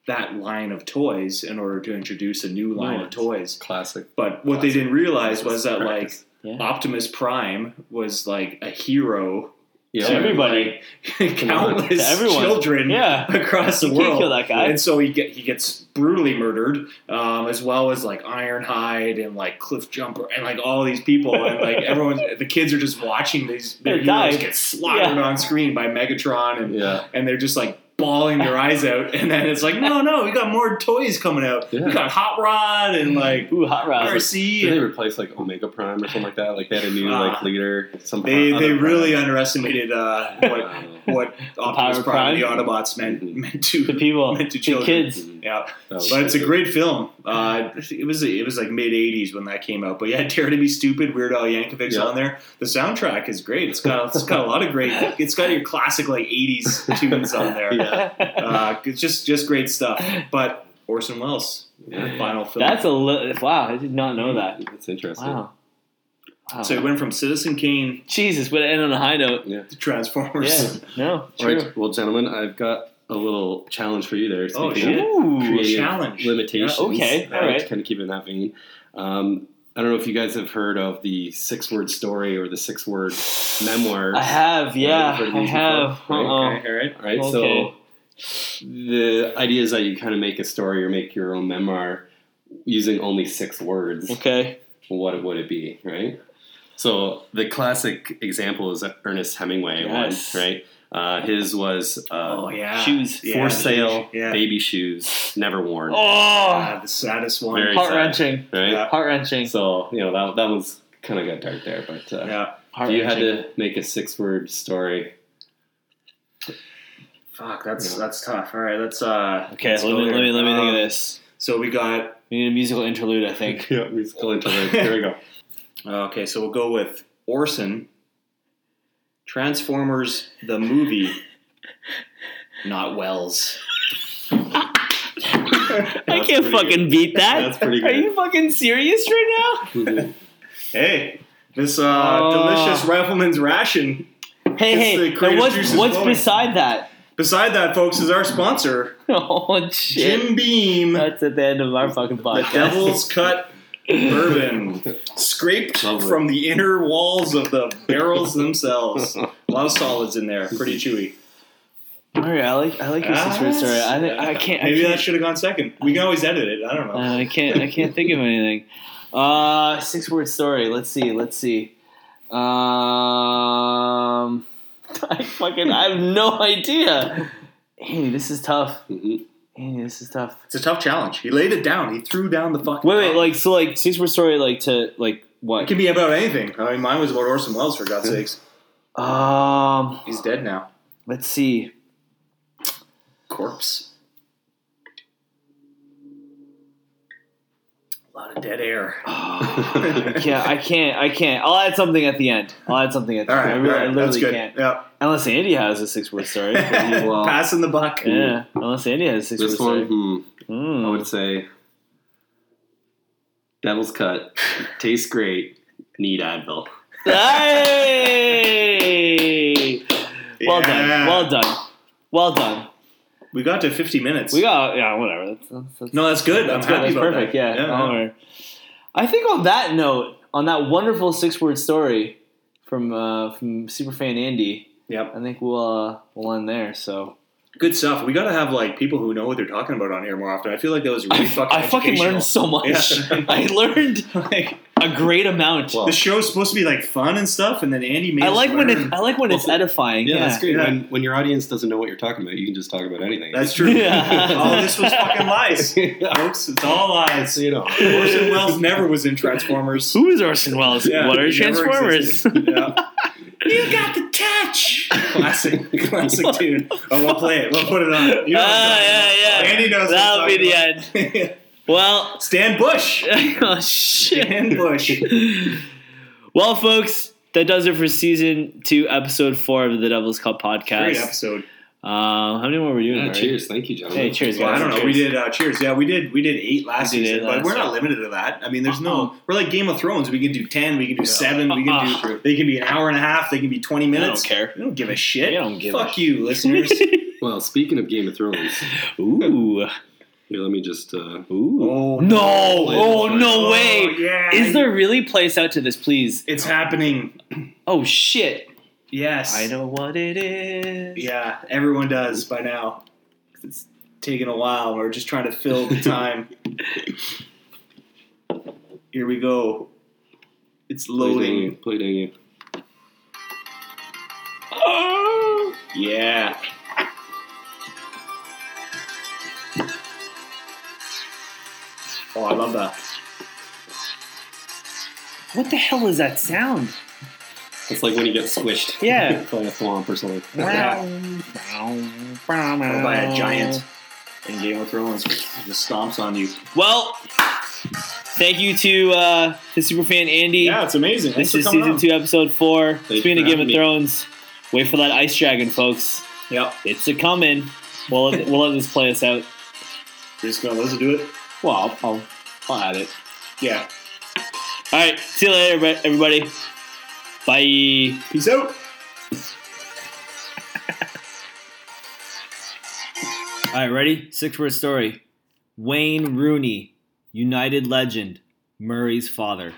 Speaker 2: that line of toys in order to introduce a new line of
Speaker 1: ones.
Speaker 2: toys.
Speaker 3: classic
Speaker 2: But what they didn't realize was that like
Speaker 3: Practice.
Speaker 2: Optimus Prime was like a hero
Speaker 3: yeah.
Speaker 1: To everybody.
Speaker 2: like, countless
Speaker 1: To everyone.
Speaker 2: children
Speaker 1: Yeah.
Speaker 2: across the
Speaker 1: You can't
Speaker 2: world.
Speaker 1: kill that guy.
Speaker 2: And so he get he gets brutally murdered, um, as well as like Ironhide and like Cliff Jumper and like all these people and like everyone. The kids are just watching these their
Speaker 1: They
Speaker 2: heroes
Speaker 1: die.
Speaker 2: get slaughtered
Speaker 1: Yeah.
Speaker 2: on screen by Megatron and
Speaker 3: Yeah.
Speaker 2: and they're just like bawling their eyes out. And then it's like, no, no, we got more toys coming out.
Speaker 3: Yeah.
Speaker 2: We got Hot Rod and like
Speaker 1: Ooh, hot rod.
Speaker 2: RC.
Speaker 3: Did they
Speaker 2: and-
Speaker 3: replace like Omega Prime or something like that? Like they had a new
Speaker 2: Ah.
Speaker 3: like leader. Some
Speaker 2: They
Speaker 3: other
Speaker 2: they
Speaker 3: Prime.
Speaker 2: really underestimated uh, what
Speaker 3: I don't know.
Speaker 2: what Optimus
Speaker 1: Power
Speaker 2: Prime, and the
Speaker 1: Prime?
Speaker 2: Autobots meant
Speaker 3: Mhm.
Speaker 2: meant
Speaker 1: The
Speaker 2: to
Speaker 1: people.
Speaker 2: meant to
Speaker 1: The
Speaker 2: children.
Speaker 1: kids.
Speaker 2: Yeah,
Speaker 3: That was
Speaker 2: but it's a
Speaker 3: good.
Speaker 2: great film. Uh, it was it was like mid '80s when that came out. But yeah, Dare to Be Stupid, Weird Al Yankovic's
Speaker 3: Yeah.
Speaker 2: on there. The soundtrack is great. It's got it's got a lot of great. It's got your classic like '80s tunes on there.
Speaker 3: Yeah.
Speaker 2: Uh, it's just just great stuff. But Orson Welles, final film.
Speaker 1: That's a li- wow. I did not know that.
Speaker 3: That's interesting.
Speaker 1: Wow. Wow.
Speaker 2: so it went from Citizen Kane
Speaker 1: Jesus, but end on a high note.
Speaker 2: to Transformers.
Speaker 1: Yeah. No.
Speaker 3: All
Speaker 1: True.
Speaker 3: right, well, gentlemen, I've got a little challenge for you there.
Speaker 2: Oh,
Speaker 3: Speaking
Speaker 2: shit.
Speaker 3: of
Speaker 1: Ooh.
Speaker 3: creative
Speaker 2: challenge. Oh,
Speaker 3: limitations.
Speaker 1: Yeah, okay, all
Speaker 3: I
Speaker 1: right.
Speaker 3: Kind of keep it in that vein. Um, I don't know if you guys have heard of the six-word story or the six-word memoir.
Speaker 1: I have, yeah,
Speaker 3: You've heard
Speaker 1: I
Speaker 3: these
Speaker 1: have.
Speaker 3: before, right?
Speaker 1: Uh-uh.
Speaker 2: Okay, all right.
Speaker 3: All right,
Speaker 1: Okay.
Speaker 3: so the idea is that you kind of make a story or make your own memoir using only six words.
Speaker 1: Okay.
Speaker 3: What would it be, right? So the classic example is Ernest Hemingway
Speaker 1: Yes.
Speaker 3: one, right? Uh, his was uh,
Speaker 2: oh yeah,
Speaker 1: Shoes.
Speaker 2: Yeah,
Speaker 3: for
Speaker 2: shoes.
Speaker 3: sale
Speaker 2: Yeah.
Speaker 3: baby shoes, never worn.
Speaker 1: Oh,
Speaker 2: Ah, the saddest one.
Speaker 3: Very
Speaker 1: heart wrenching,
Speaker 3: Right.
Speaker 2: Yeah.
Speaker 1: heart wrenching,
Speaker 3: So you know that that one's kind of got dark there, but uh,
Speaker 2: Yeah.
Speaker 3: if
Speaker 1: heart
Speaker 3: you had
Speaker 1: wrenching.
Speaker 3: to make a six-word story.
Speaker 2: Fuck, that's that's tough. All right, let's uh.
Speaker 1: Okay,
Speaker 2: let's
Speaker 1: let
Speaker 2: go
Speaker 1: me,
Speaker 2: here.
Speaker 1: let me let me think
Speaker 2: Um,
Speaker 1: of this.
Speaker 2: So we got
Speaker 1: We need a musical interlude, I think.
Speaker 3: yeah, musical interlude. Here we go.
Speaker 2: uh, okay. So we'll go with Orson. Transformers the movie, not Wells.
Speaker 1: I can't
Speaker 3: That's pretty
Speaker 1: fucking
Speaker 3: good.
Speaker 1: beat that.
Speaker 3: That's pretty
Speaker 1: Are
Speaker 3: good.
Speaker 1: you fucking serious right
Speaker 2: Hey, this uh,
Speaker 1: Oh.
Speaker 2: delicious Rifleman's ration.
Speaker 1: now? Hey,
Speaker 2: It's the
Speaker 1: hey, and
Speaker 2: creative
Speaker 1: what's
Speaker 2: juices
Speaker 1: what's
Speaker 2: flowing.
Speaker 1: beside that?
Speaker 2: Beside that, folks, is our sponsor,
Speaker 1: Oh shit!
Speaker 2: Jim Beam.
Speaker 1: That's at the end of our fucking
Speaker 2: The
Speaker 1: podcast.
Speaker 2: Devil's Cut Bourbon, scraped
Speaker 3: Lovely.
Speaker 2: from the inner walls of the barrels themselves. A lot of solids in there, pretty chewy.
Speaker 1: All right, Oh, I like I like your
Speaker 2: Ah,
Speaker 1: situation. Sorry, I, think- I can't. I
Speaker 2: Maybe
Speaker 1: can't,
Speaker 2: that should have gone second. We can always edit it. I don't know.
Speaker 1: uh, I can't. I can't think of anything. Uh, six word story. Let's see. Let's see. Um, I fucking I have no idea. Hey, this is tough.
Speaker 3: Mhm.
Speaker 1: Hey, this is tough.
Speaker 2: It's a tough challenge. He laid it down. He threw down the fucking.
Speaker 1: Wait, wait. Like so, like six word story. Like to like
Speaker 2: it
Speaker 1: what?
Speaker 2: can be about anything. I mean, mine was about Orson Welles for God's sakes.
Speaker 1: Um,
Speaker 2: He's dead now.
Speaker 1: let's see.
Speaker 2: Corpse. A lot of dead air.
Speaker 1: I can't. I can't. I can't. I'll add something at the end. I'll add something at the
Speaker 2: All
Speaker 1: end.
Speaker 2: right,
Speaker 1: I, really,
Speaker 2: all
Speaker 1: I
Speaker 2: right, that's
Speaker 1: literally
Speaker 2: good.
Speaker 1: can't.
Speaker 2: Yeah.
Speaker 1: Unless Andy has a six word story. then he will-
Speaker 2: Passing the buck.
Speaker 1: yeah. Unless Andy has a six
Speaker 3: This
Speaker 1: word
Speaker 3: one,
Speaker 1: story.
Speaker 3: hmm, I
Speaker 1: Mm.
Speaker 3: would say, Devil's Cut, tastes great, need Advil.
Speaker 1: Hey! Well
Speaker 2: Yeah.
Speaker 1: done. Well done. Well done.
Speaker 2: We got to 50 minutes.
Speaker 1: We got yeah. Whatever. That's, that's, that's,
Speaker 2: no, that's good.
Speaker 1: that's
Speaker 2: I'm
Speaker 1: good.
Speaker 2: happy
Speaker 1: That's
Speaker 2: about
Speaker 1: perfect.
Speaker 2: that.
Speaker 1: Yeah. alright. I think on that note, on that wonderful six word story from uh, from superfan Andy,
Speaker 2: Yep.
Speaker 1: I think we'll uh, we'll end there. So.
Speaker 2: Good stuff. We got to have like people who know what they're talking about on here more often. I feel like that was really
Speaker 1: I,
Speaker 2: fucking.
Speaker 1: I fucking
Speaker 2: educational.
Speaker 1: learned so much.
Speaker 2: Yeah.
Speaker 1: I learned
Speaker 2: like
Speaker 1: a great amount.
Speaker 3: Well,
Speaker 2: the show's supposed to be like fun and stuff, and then Andy made.
Speaker 1: I
Speaker 2: us
Speaker 1: like when
Speaker 2: learn.
Speaker 1: it. I like when it's edifying. Yeah,
Speaker 3: that's great.
Speaker 2: Yeah.
Speaker 3: When, when your audience doesn't know what you're talking about, you can just talk about anything.
Speaker 2: That's true.
Speaker 1: Yeah.
Speaker 2: All this was fucking lies, folks. It's all lies.
Speaker 3: you know.
Speaker 2: Orson Welles never was in Transformers.
Speaker 1: Who is Orson Welles?
Speaker 2: Yeah,
Speaker 1: what are
Speaker 2: he never
Speaker 1: Transformers?
Speaker 2: existed. Yeah. you got the touch. Classic, classic tune. Oh, we'll play it. We'll put it on. You know what I'm
Speaker 1: Ah,
Speaker 2: talking
Speaker 1: yeah,
Speaker 2: about.
Speaker 1: yeah.
Speaker 2: Andy knows. what I'm
Speaker 1: That'll be the
Speaker 2: talking
Speaker 1: end.
Speaker 2: about.
Speaker 1: Well,
Speaker 2: Stan Bush.
Speaker 1: oh, shit.
Speaker 2: Stan Bush.
Speaker 1: Well, folks, that does it for season two, episode four of the Devil's Cup
Speaker 2: Great
Speaker 1: podcast.
Speaker 2: episode.
Speaker 1: Uh, how many more were you doing?
Speaker 3: Yeah,
Speaker 1: Murray?
Speaker 3: cheers. Thank you, gentlemen.
Speaker 1: Hey, cheers,
Speaker 2: Well,
Speaker 1: guys.
Speaker 2: I don't know. We
Speaker 1: Cheers.
Speaker 2: did uh, Cheers. Yeah, we did. We did eight last
Speaker 1: We did eight
Speaker 2: season, but
Speaker 1: last
Speaker 2: we're not
Speaker 1: time.
Speaker 2: limited to that. I mean, there's
Speaker 1: Uh-uh.
Speaker 2: no. We're like Game of Thrones. We can do ten. We can do
Speaker 3: Yeah.
Speaker 2: seven. We can
Speaker 1: Uh-uh.
Speaker 2: do. They can be an hour and a half. They can be twenty
Speaker 1: I
Speaker 2: minutes.
Speaker 1: don't care.
Speaker 2: We don't give a shit.
Speaker 1: We don't give a
Speaker 2: Fuck you, listeners.
Speaker 3: Well, speaking of Game of Thrones,
Speaker 1: Ooh.
Speaker 3: here, let me just. Uh,
Speaker 1: Ooh. no.
Speaker 2: Oh,
Speaker 3: no.
Speaker 1: Oh, no
Speaker 2: Oh,
Speaker 1: way.
Speaker 2: Yeah.
Speaker 1: Is there really place out to this, please?
Speaker 2: It's happening.
Speaker 1: Oh shit!
Speaker 2: Yes.
Speaker 1: I know what it is.
Speaker 2: Yeah, everyone does by now. It's taken a while. We're just trying to fill the time. Here we go. It's loading.
Speaker 3: Play Dangy.
Speaker 1: Oh.
Speaker 2: Yeah. Oh, I love that.
Speaker 1: What the hell is that sound?
Speaker 3: It's like when you get squished.
Speaker 1: Yeah.
Speaker 3: by a swamp or something.
Speaker 2: Or
Speaker 1: Or
Speaker 2: by a giant Uh. in Game of Thrones. It just stomps on you.
Speaker 1: Well, thank you to uh, the superfan Andy.
Speaker 2: Yeah, it's amazing. Thanks
Speaker 1: this
Speaker 2: for
Speaker 1: is
Speaker 2: coming
Speaker 1: season
Speaker 2: on.
Speaker 1: two, episode four.
Speaker 3: Thanks
Speaker 1: Speaking of
Speaker 3: for
Speaker 1: Game of
Speaker 3: having me.
Speaker 1: Thrones, wait for that ice dragon, folks.
Speaker 2: Yep.
Speaker 1: It's a coming. We'll let, we'll let this play us out.
Speaker 2: You're just going to listen to it?
Speaker 1: Well, I'll, I'll add it.
Speaker 2: Yeah.
Speaker 1: All right. See you later, everybody. Bye.
Speaker 2: Peace out.
Speaker 1: All right, ready? Six word story. Wayne Rooney, United legend, Murray's father.